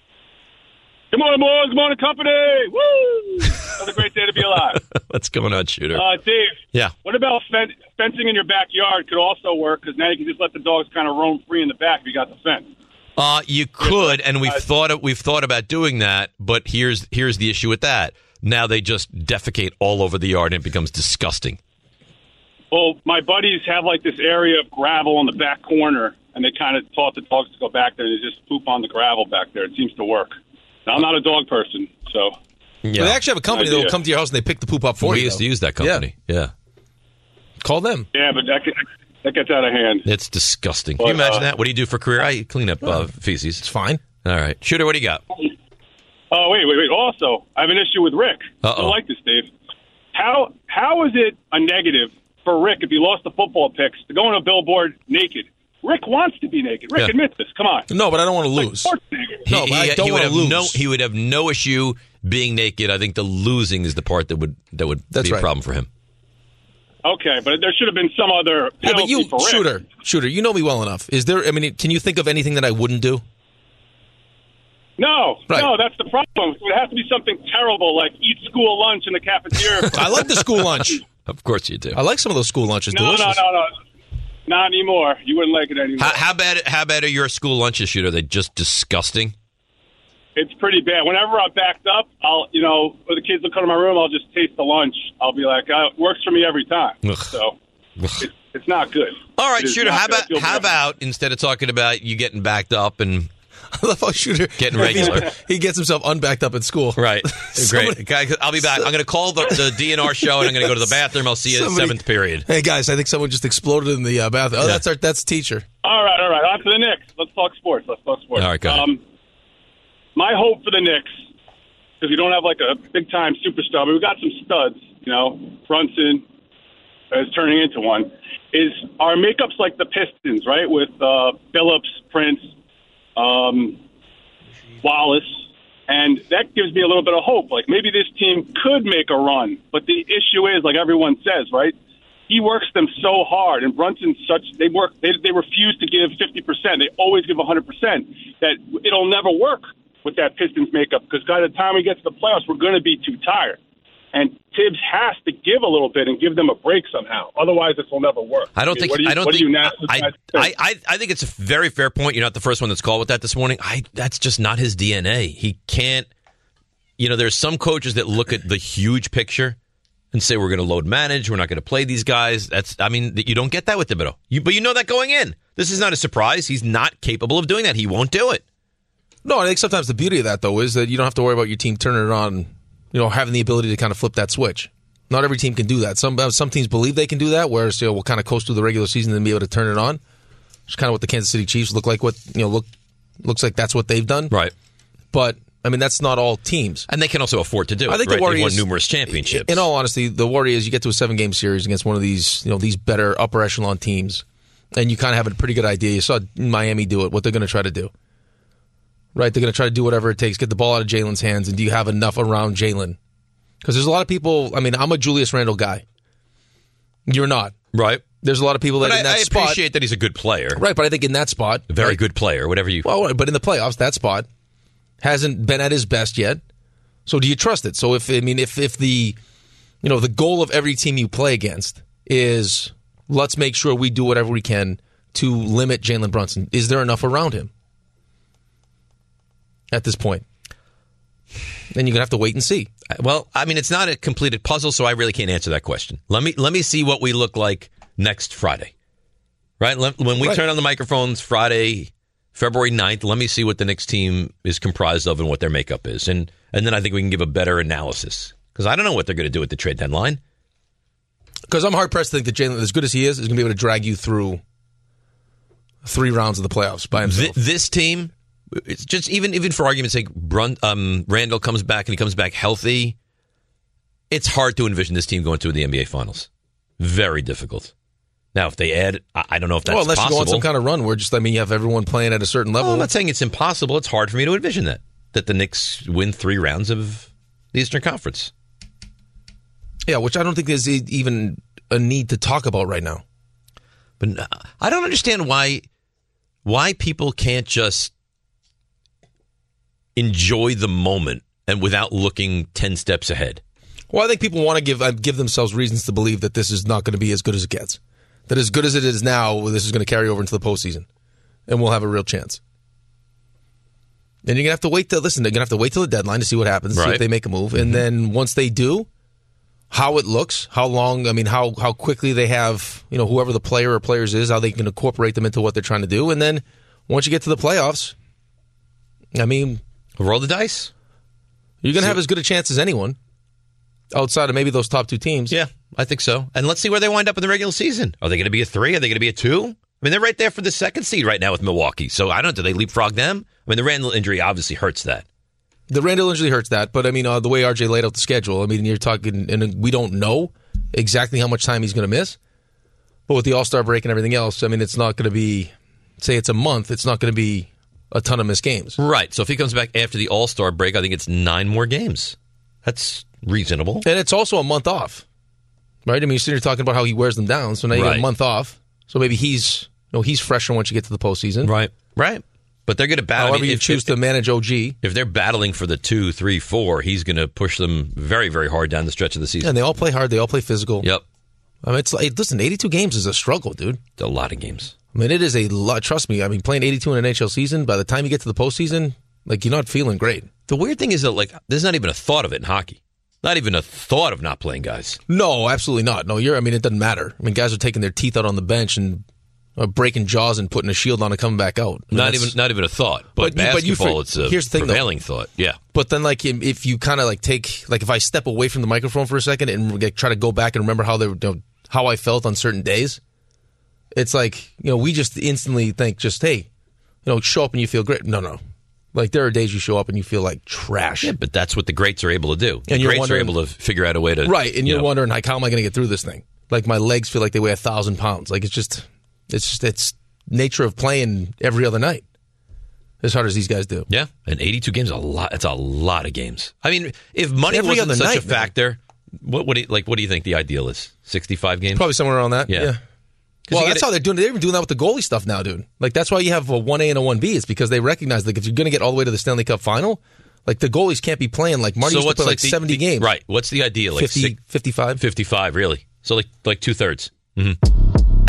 Speaker 16: Good morning, boys. Good morning, company. Woo! Another great day to be alive.
Speaker 4: <laughs> What's going on, Shooter?
Speaker 16: Uh, Dave,
Speaker 4: yeah.
Speaker 16: what about fen- fencing in your backyard could also work because now you can just let the dogs kind of roam free in the back if you got the fence.
Speaker 4: Uh, you could, and we've thought of, we've thought about doing that, but here's here's the issue with that. Now they just defecate all over the yard, and it becomes disgusting.
Speaker 16: Well, my buddies have like this area of gravel in the back corner, and they kind of taught the dogs to go back there and they just poop on the gravel back there. It seems to work. Now, I'm not a dog person, so
Speaker 3: Well, they actually have a company that will
Speaker 16: Idea.
Speaker 3: come to your house and they pick the poop up for
Speaker 4: we
Speaker 3: you.
Speaker 4: used to
Speaker 3: though.
Speaker 4: use that company. Yeah. Call them.
Speaker 16: yeah, but that, get- that gets out of hand.
Speaker 4: It's disgusting. Can you imagine
Speaker 16: uh,
Speaker 4: that? What do you do for career? I clean up uh, feces. It's fine. All right, Shooter. What do you got?
Speaker 16: Oh wait, wait, wait. Also, I have an issue with Rick.
Speaker 4: Uh-oh.
Speaker 16: I don't like this, Dave. How how is it a negative for Rick if he lost the football picks to go on a billboard naked? Rick wants to be naked. Rick
Speaker 4: Yeah.
Speaker 16: admits this. Come on.
Speaker 3: No, but I don't want to lose.
Speaker 4: He,
Speaker 3: No, but I
Speaker 4: he-
Speaker 3: don't
Speaker 4: he would
Speaker 3: wanna
Speaker 4: have
Speaker 3: lose.
Speaker 4: no. He would have no issue being naked. I think the losing is the part that would that would
Speaker 3: That's
Speaker 4: be a
Speaker 3: right.
Speaker 4: problem for him.
Speaker 16: Okay, but there should have been some other penalty
Speaker 3: Yeah, but you,
Speaker 16: for Rick.
Speaker 3: shooter, shooter, you know me well enough. Is there? I mean, can you think of anything that I wouldn't do?
Speaker 16: No,
Speaker 3: Right.
Speaker 16: no, that's the problem. It would have to be something terrible, like eat school lunch in the cafeteria.
Speaker 3: <laughs> I like the school lunch.
Speaker 4: <laughs> Of course you do.
Speaker 3: I like some of those school lunches.
Speaker 16: no, no,
Speaker 3: delicious.
Speaker 16: no, no, not anymore. You wouldn't like it anymore.
Speaker 4: How, how bad? How bad are your school lunches, Shooter? Are they just disgusting?
Speaker 16: It's pretty bad. Whenever I'm backed up, I'll you know, when the kids will come to my room, I'll just taste the lunch. I'll be like, uh, it works for me every time.
Speaker 4: Ugh.
Speaker 16: So it's, it's not good.
Speaker 4: All right,
Speaker 16: It is
Speaker 4: Shooter.
Speaker 16: not
Speaker 4: How
Speaker 16: good. I
Speaker 4: about
Speaker 16: feel
Speaker 4: how
Speaker 16: bad.
Speaker 4: about instead of talking about you getting backed up <laughs> and
Speaker 3: I love how shooter
Speaker 4: Getting <laughs> regular.
Speaker 3: <laughs> He gets himself unbacked up at school. <laughs>
Speaker 4: Right.
Speaker 3: Somebody-
Speaker 4: Great. Guy, I'll be back. I'm going to call the, the DNR show and I'm going to go to <laughs> the bathroom. I'll see you in
Speaker 3: Somebody-
Speaker 4: seventh period.
Speaker 3: Hey guys, I think someone just exploded in the uh, bathroom. Oh,
Speaker 4: Yeah.
Speaker 3: that's our that's teacher.
Speaker 16: All right, all right. On to the Knicks. Let's talk sports. Let's talk sports.
Speaker 3: All right, go ahead.
Speaker 16: Um, my hope for the Knicks, because we don't have like a big time superstar, but we've got some studs, you know, Brunson is turning into one, is our makeups like the Pistons, right? With uh, Phillips, Prince, um, Wallace. And that gives me a little bit of hope. Like maybe this team could make a run, but the issue is, like everyone says, right? he works them so hard, and Brunson's such they work they, they refuse to give fifty percent. They always give hundred percent. That it'll never work with that Pistons makeup because by the time we get to the playoffs, we're going to be too tired. And Tibbs has to give a little bit and give them a break somehow. Otherwise, this will never work.
Speaker 4: I don't
Speaker 16: mean,
Speaker 4: think.
Speaker 16: what do you-
Speaker 4: I don't
Speaker 16: what do
Speaker 4: think.
Speaker 16: you Nats-
Speaker 4: I,
Speaker 16: Nats think?
Speaker 4: I, I, I think it's a very fair point. You're not the first one that's called with that this morning. I. That's just not his DNA. He can't. You know, there's some coaches that look at the huge picture and say we're going to load manage. We're not going to play these guys. That's. I mean, that you don't get that with Thibodeau. You, but you know that going in. This is not a surprise. He's not capable of doing that. He won't do it.
Speaker 3: No, I think sometimes the beauty of that though is that you don't have to worry about your team turning it on. You know, having the ability to kind of flip that switch. Not every team can do that. Some uh, some teams believe they can do that, whereas you know, we'll kind of coast through the regular season and be able to turn it on. It's kind of what the Kansas City Chiefs look like. What you know look looks like that's what they've done. Right. But I mean, that's not all teams.
Speaker 4: And they can also afford to do it.
Speaker 3: I think
Speaker 4: right?
Speaker 3: the Warriors
Speaker 4: They've won numerous championships.
Speaker 3: In all honesty, the Warriors, you get to a seven game series against one of these, you know, these better upper echelon teams, and you kind of have a pretty good idea. You saw Miami do it. What they're going to try to do, right? They're going to try to do whatever it takes, get the ball out of Jalen's hands, and do you have enough around Jalen? Because there's a lot of people. I mean, I'm a Julius Randle guy. You're not right. There's a lot of people that
Speaker 4: But I,
Speaker 3: in that
Speaker 4: I
Speaker 3: spot,
Speaker 4: appreciate that he's a good player,
Speaker 3: right? But I think in that spot,
Speaker 4: a very good player, whatever you.
Speaker 3: well, but in the playoffs, that spot hasn't been at his best yet. So do you trust it? So if I mean, if if the you know the goal of every team you play against is let's make sure we do whatever we can to limit Jalen Brunson. Is there enough around him at this point? Then you're gonna have to wait and see.
Speaker 4: Well, I mean, it's not a completed puzzle, so I really can't answer that question. Let me let me see what we look like next Friday, right? Let, when we
Speaker 3: Right.
Speaker 4: turn on the microphones Friday, February 9th, let me see what the next team is comprised of and what their makeup is, and and then I think we can give a better analysis because I don't know what they're going to do at the trade deadline.
Speaker 3: Because I'm hard pressed to think that Jalen, as good as he is, is gonna be able to drag you through three rounds of the playoffs by himself.
Speaker 4: Th- this team, it's just even even for argument's sake, Brun, um, Randall comes back and he comes back healthy. It's hard to envision this team going to the NBA Finals. Very difficult. Now, if they add, I, I don't know if that's
Speaker 3: well, unless
Speaker 4: possible.
Speaker 3: you go on some kind of run where just I mean you have everyone playing at a certain level.
Speaker 4: I'm not saying it's impossible. It's hard for me to envision that that the Knicks win three rounds of the Eastern Conference.
Speaker 3: Yeah, which I don't think there's e- even a need to talk about right now.
Speaker 4: But uh, I don't understand why why people can't just enjoy the moment and without looking ten steps ahead.
Speaker 3: Well, I think people want to give uh, give themselves reasons to believe that this is not going to be as good as it gets. That as good as it is now, this is going to carry over into the postseason, and we'll have a real chance. And you're gonna have to wait to listen. They're gonna have to wait till the deadline to see what happens, see
Speaker 4: Right. Mm-hmm.
Speaker 3: if they make a move, and then once they do, how it looks, how long, I mean, how how quickly they have, you know, whoever the player or players is, how they can incorporate them into what they're trying to do, and then once you get to the playoffs, I mean,
Speaker 4: roll the dice.
Speaker 3: You're gonna have as good a chance as anyone outside of maybe those top two teams.
Speaker 4: Yeah, I think so. And let's see where they wind up in the regular season. Are they going to be a three? Are they going to be a two? I mean, they're right there for the second seed right now with Milwaukee. So I don't. Do they leapfrog them? I mean, the Randall injury obviously hurts that.
Speaker 3: The Randall injury hurts that, but I mean, uh, the way RJ laid out the schedule, I mean, you're talking, and we don't know exactly how much time he's going to miss. But with the All Star break and everything else, I mean, it's not going to be, say, it's a month. It's not going to be a ton of missed games.
Speaker 4: Right. So if he comes back after the All Star break, I think it's nine more games. That's reasonable.
Speaker 3: And it's also a month off, right? I mean, you're talking about how he wears them down, so now you got
Speaker 4: Right.
Speaker 3: a month off. So maybe he's, no, he's fresher once you get to the postseason,
Speaker 4: right? Right. But they're going to battle.
Speaker 3: However, you choose to manage OG.
Speaker 4: If they're battling for the two, three, four, he's going to push them very, very hard down the stretch of the season.
Speaker 3: And they all play hard. They all play physical.
Speaker 4: Yep.
Speaker 3: I mean, it's like listen, 82 games is a struggle, dude.
Speaker 4: It's a lot of games.
Speaker 3: I mean, it is a lot. Trust me. I mean, playing 82 in an NHL season, by the time you get to the postseason, like you're not feeling great.
Speaker 4: The weird thing is that like there's not even a thought of it in hockey. Not even a thought of not playing guys.
Speaker 3: No, absolutely not. No, you're. I mean, it doesn't matter. I mean, guys are taking their teeth out on the bench and uh, breaking jaws and putting a shield on and coming back out. I mean,
Speaker 4: not
Speaker 3: that's-
Speaker 4: even not even a thought. But,
Speaker 3: But you- but you
Speaker 4: basketball,
Speaker 3: for-
Speaker 4: it's a
Speaker 3: here's the thing, though.
Speaker 4: prevailing thought. Yeah.
Speaker 3: But then, like, im- if you kind of like take, like, if I step away from the microphone for a second and like, try to go back and remember how they were, you know, how I felt on certain days, it's like you know we just instantly think just hey, you know, show up and you feel great. No, no, like there are days you show up and you feel like trash.
Speaker 4: Yeah, but that's what the greats are able to do. The
Speaker 3: And you're
Speaker 4: greats are
Speaker 3: wondering-
Speaker 4: able to figure out a way to
Speaker 3: right, and
Speaker 4: you
Speaker 3: you're
Speaker 4: know,
Speaker 3: wondering like how am I going to get through this thing? Like my legs feel like they weigh a thousand pounds. Like it's just, it's just it's nature of playing every other night. As hard as these guys do.
Speaker 4: Yeah, and 82 games a lot. It's a lot of games. I mean, if money
Speaker 3: Every
Speaker 4: wasn't
Speaker 3: other
Speaker 4: such a
Speaker 3: night, man.
Speaker 4: factor, what what do you, like what do you think the ideal is? 65 games.
Speaker 3: Probably somewhere around that.
Speaker 4: Yeah.
Speaker 3: Yeah.
Speaker 4: 'Cause
Speaker 3: Well,
Speaker 4: you
Speaker 3: that's
Speaker 4: gotta-
Speaker 3: how they're doing. it. They're even doing that with the goalie stuff now, dude. Like that's why you have a one A and a one B. It's because they recognize like if you're going to get all the way to the Stanley Cup final, like the goalies can't be playing like Marty used to play like,
Speaker 4: the-
Speaker 3: seventy
Speaker 4: the-
Speaker 3: games.
Speaker 4: Right. What's the ideal? Like
Speaker 3: 50 55?
Speaker 4: 55, really. So like like Mm-hmm. two thirds.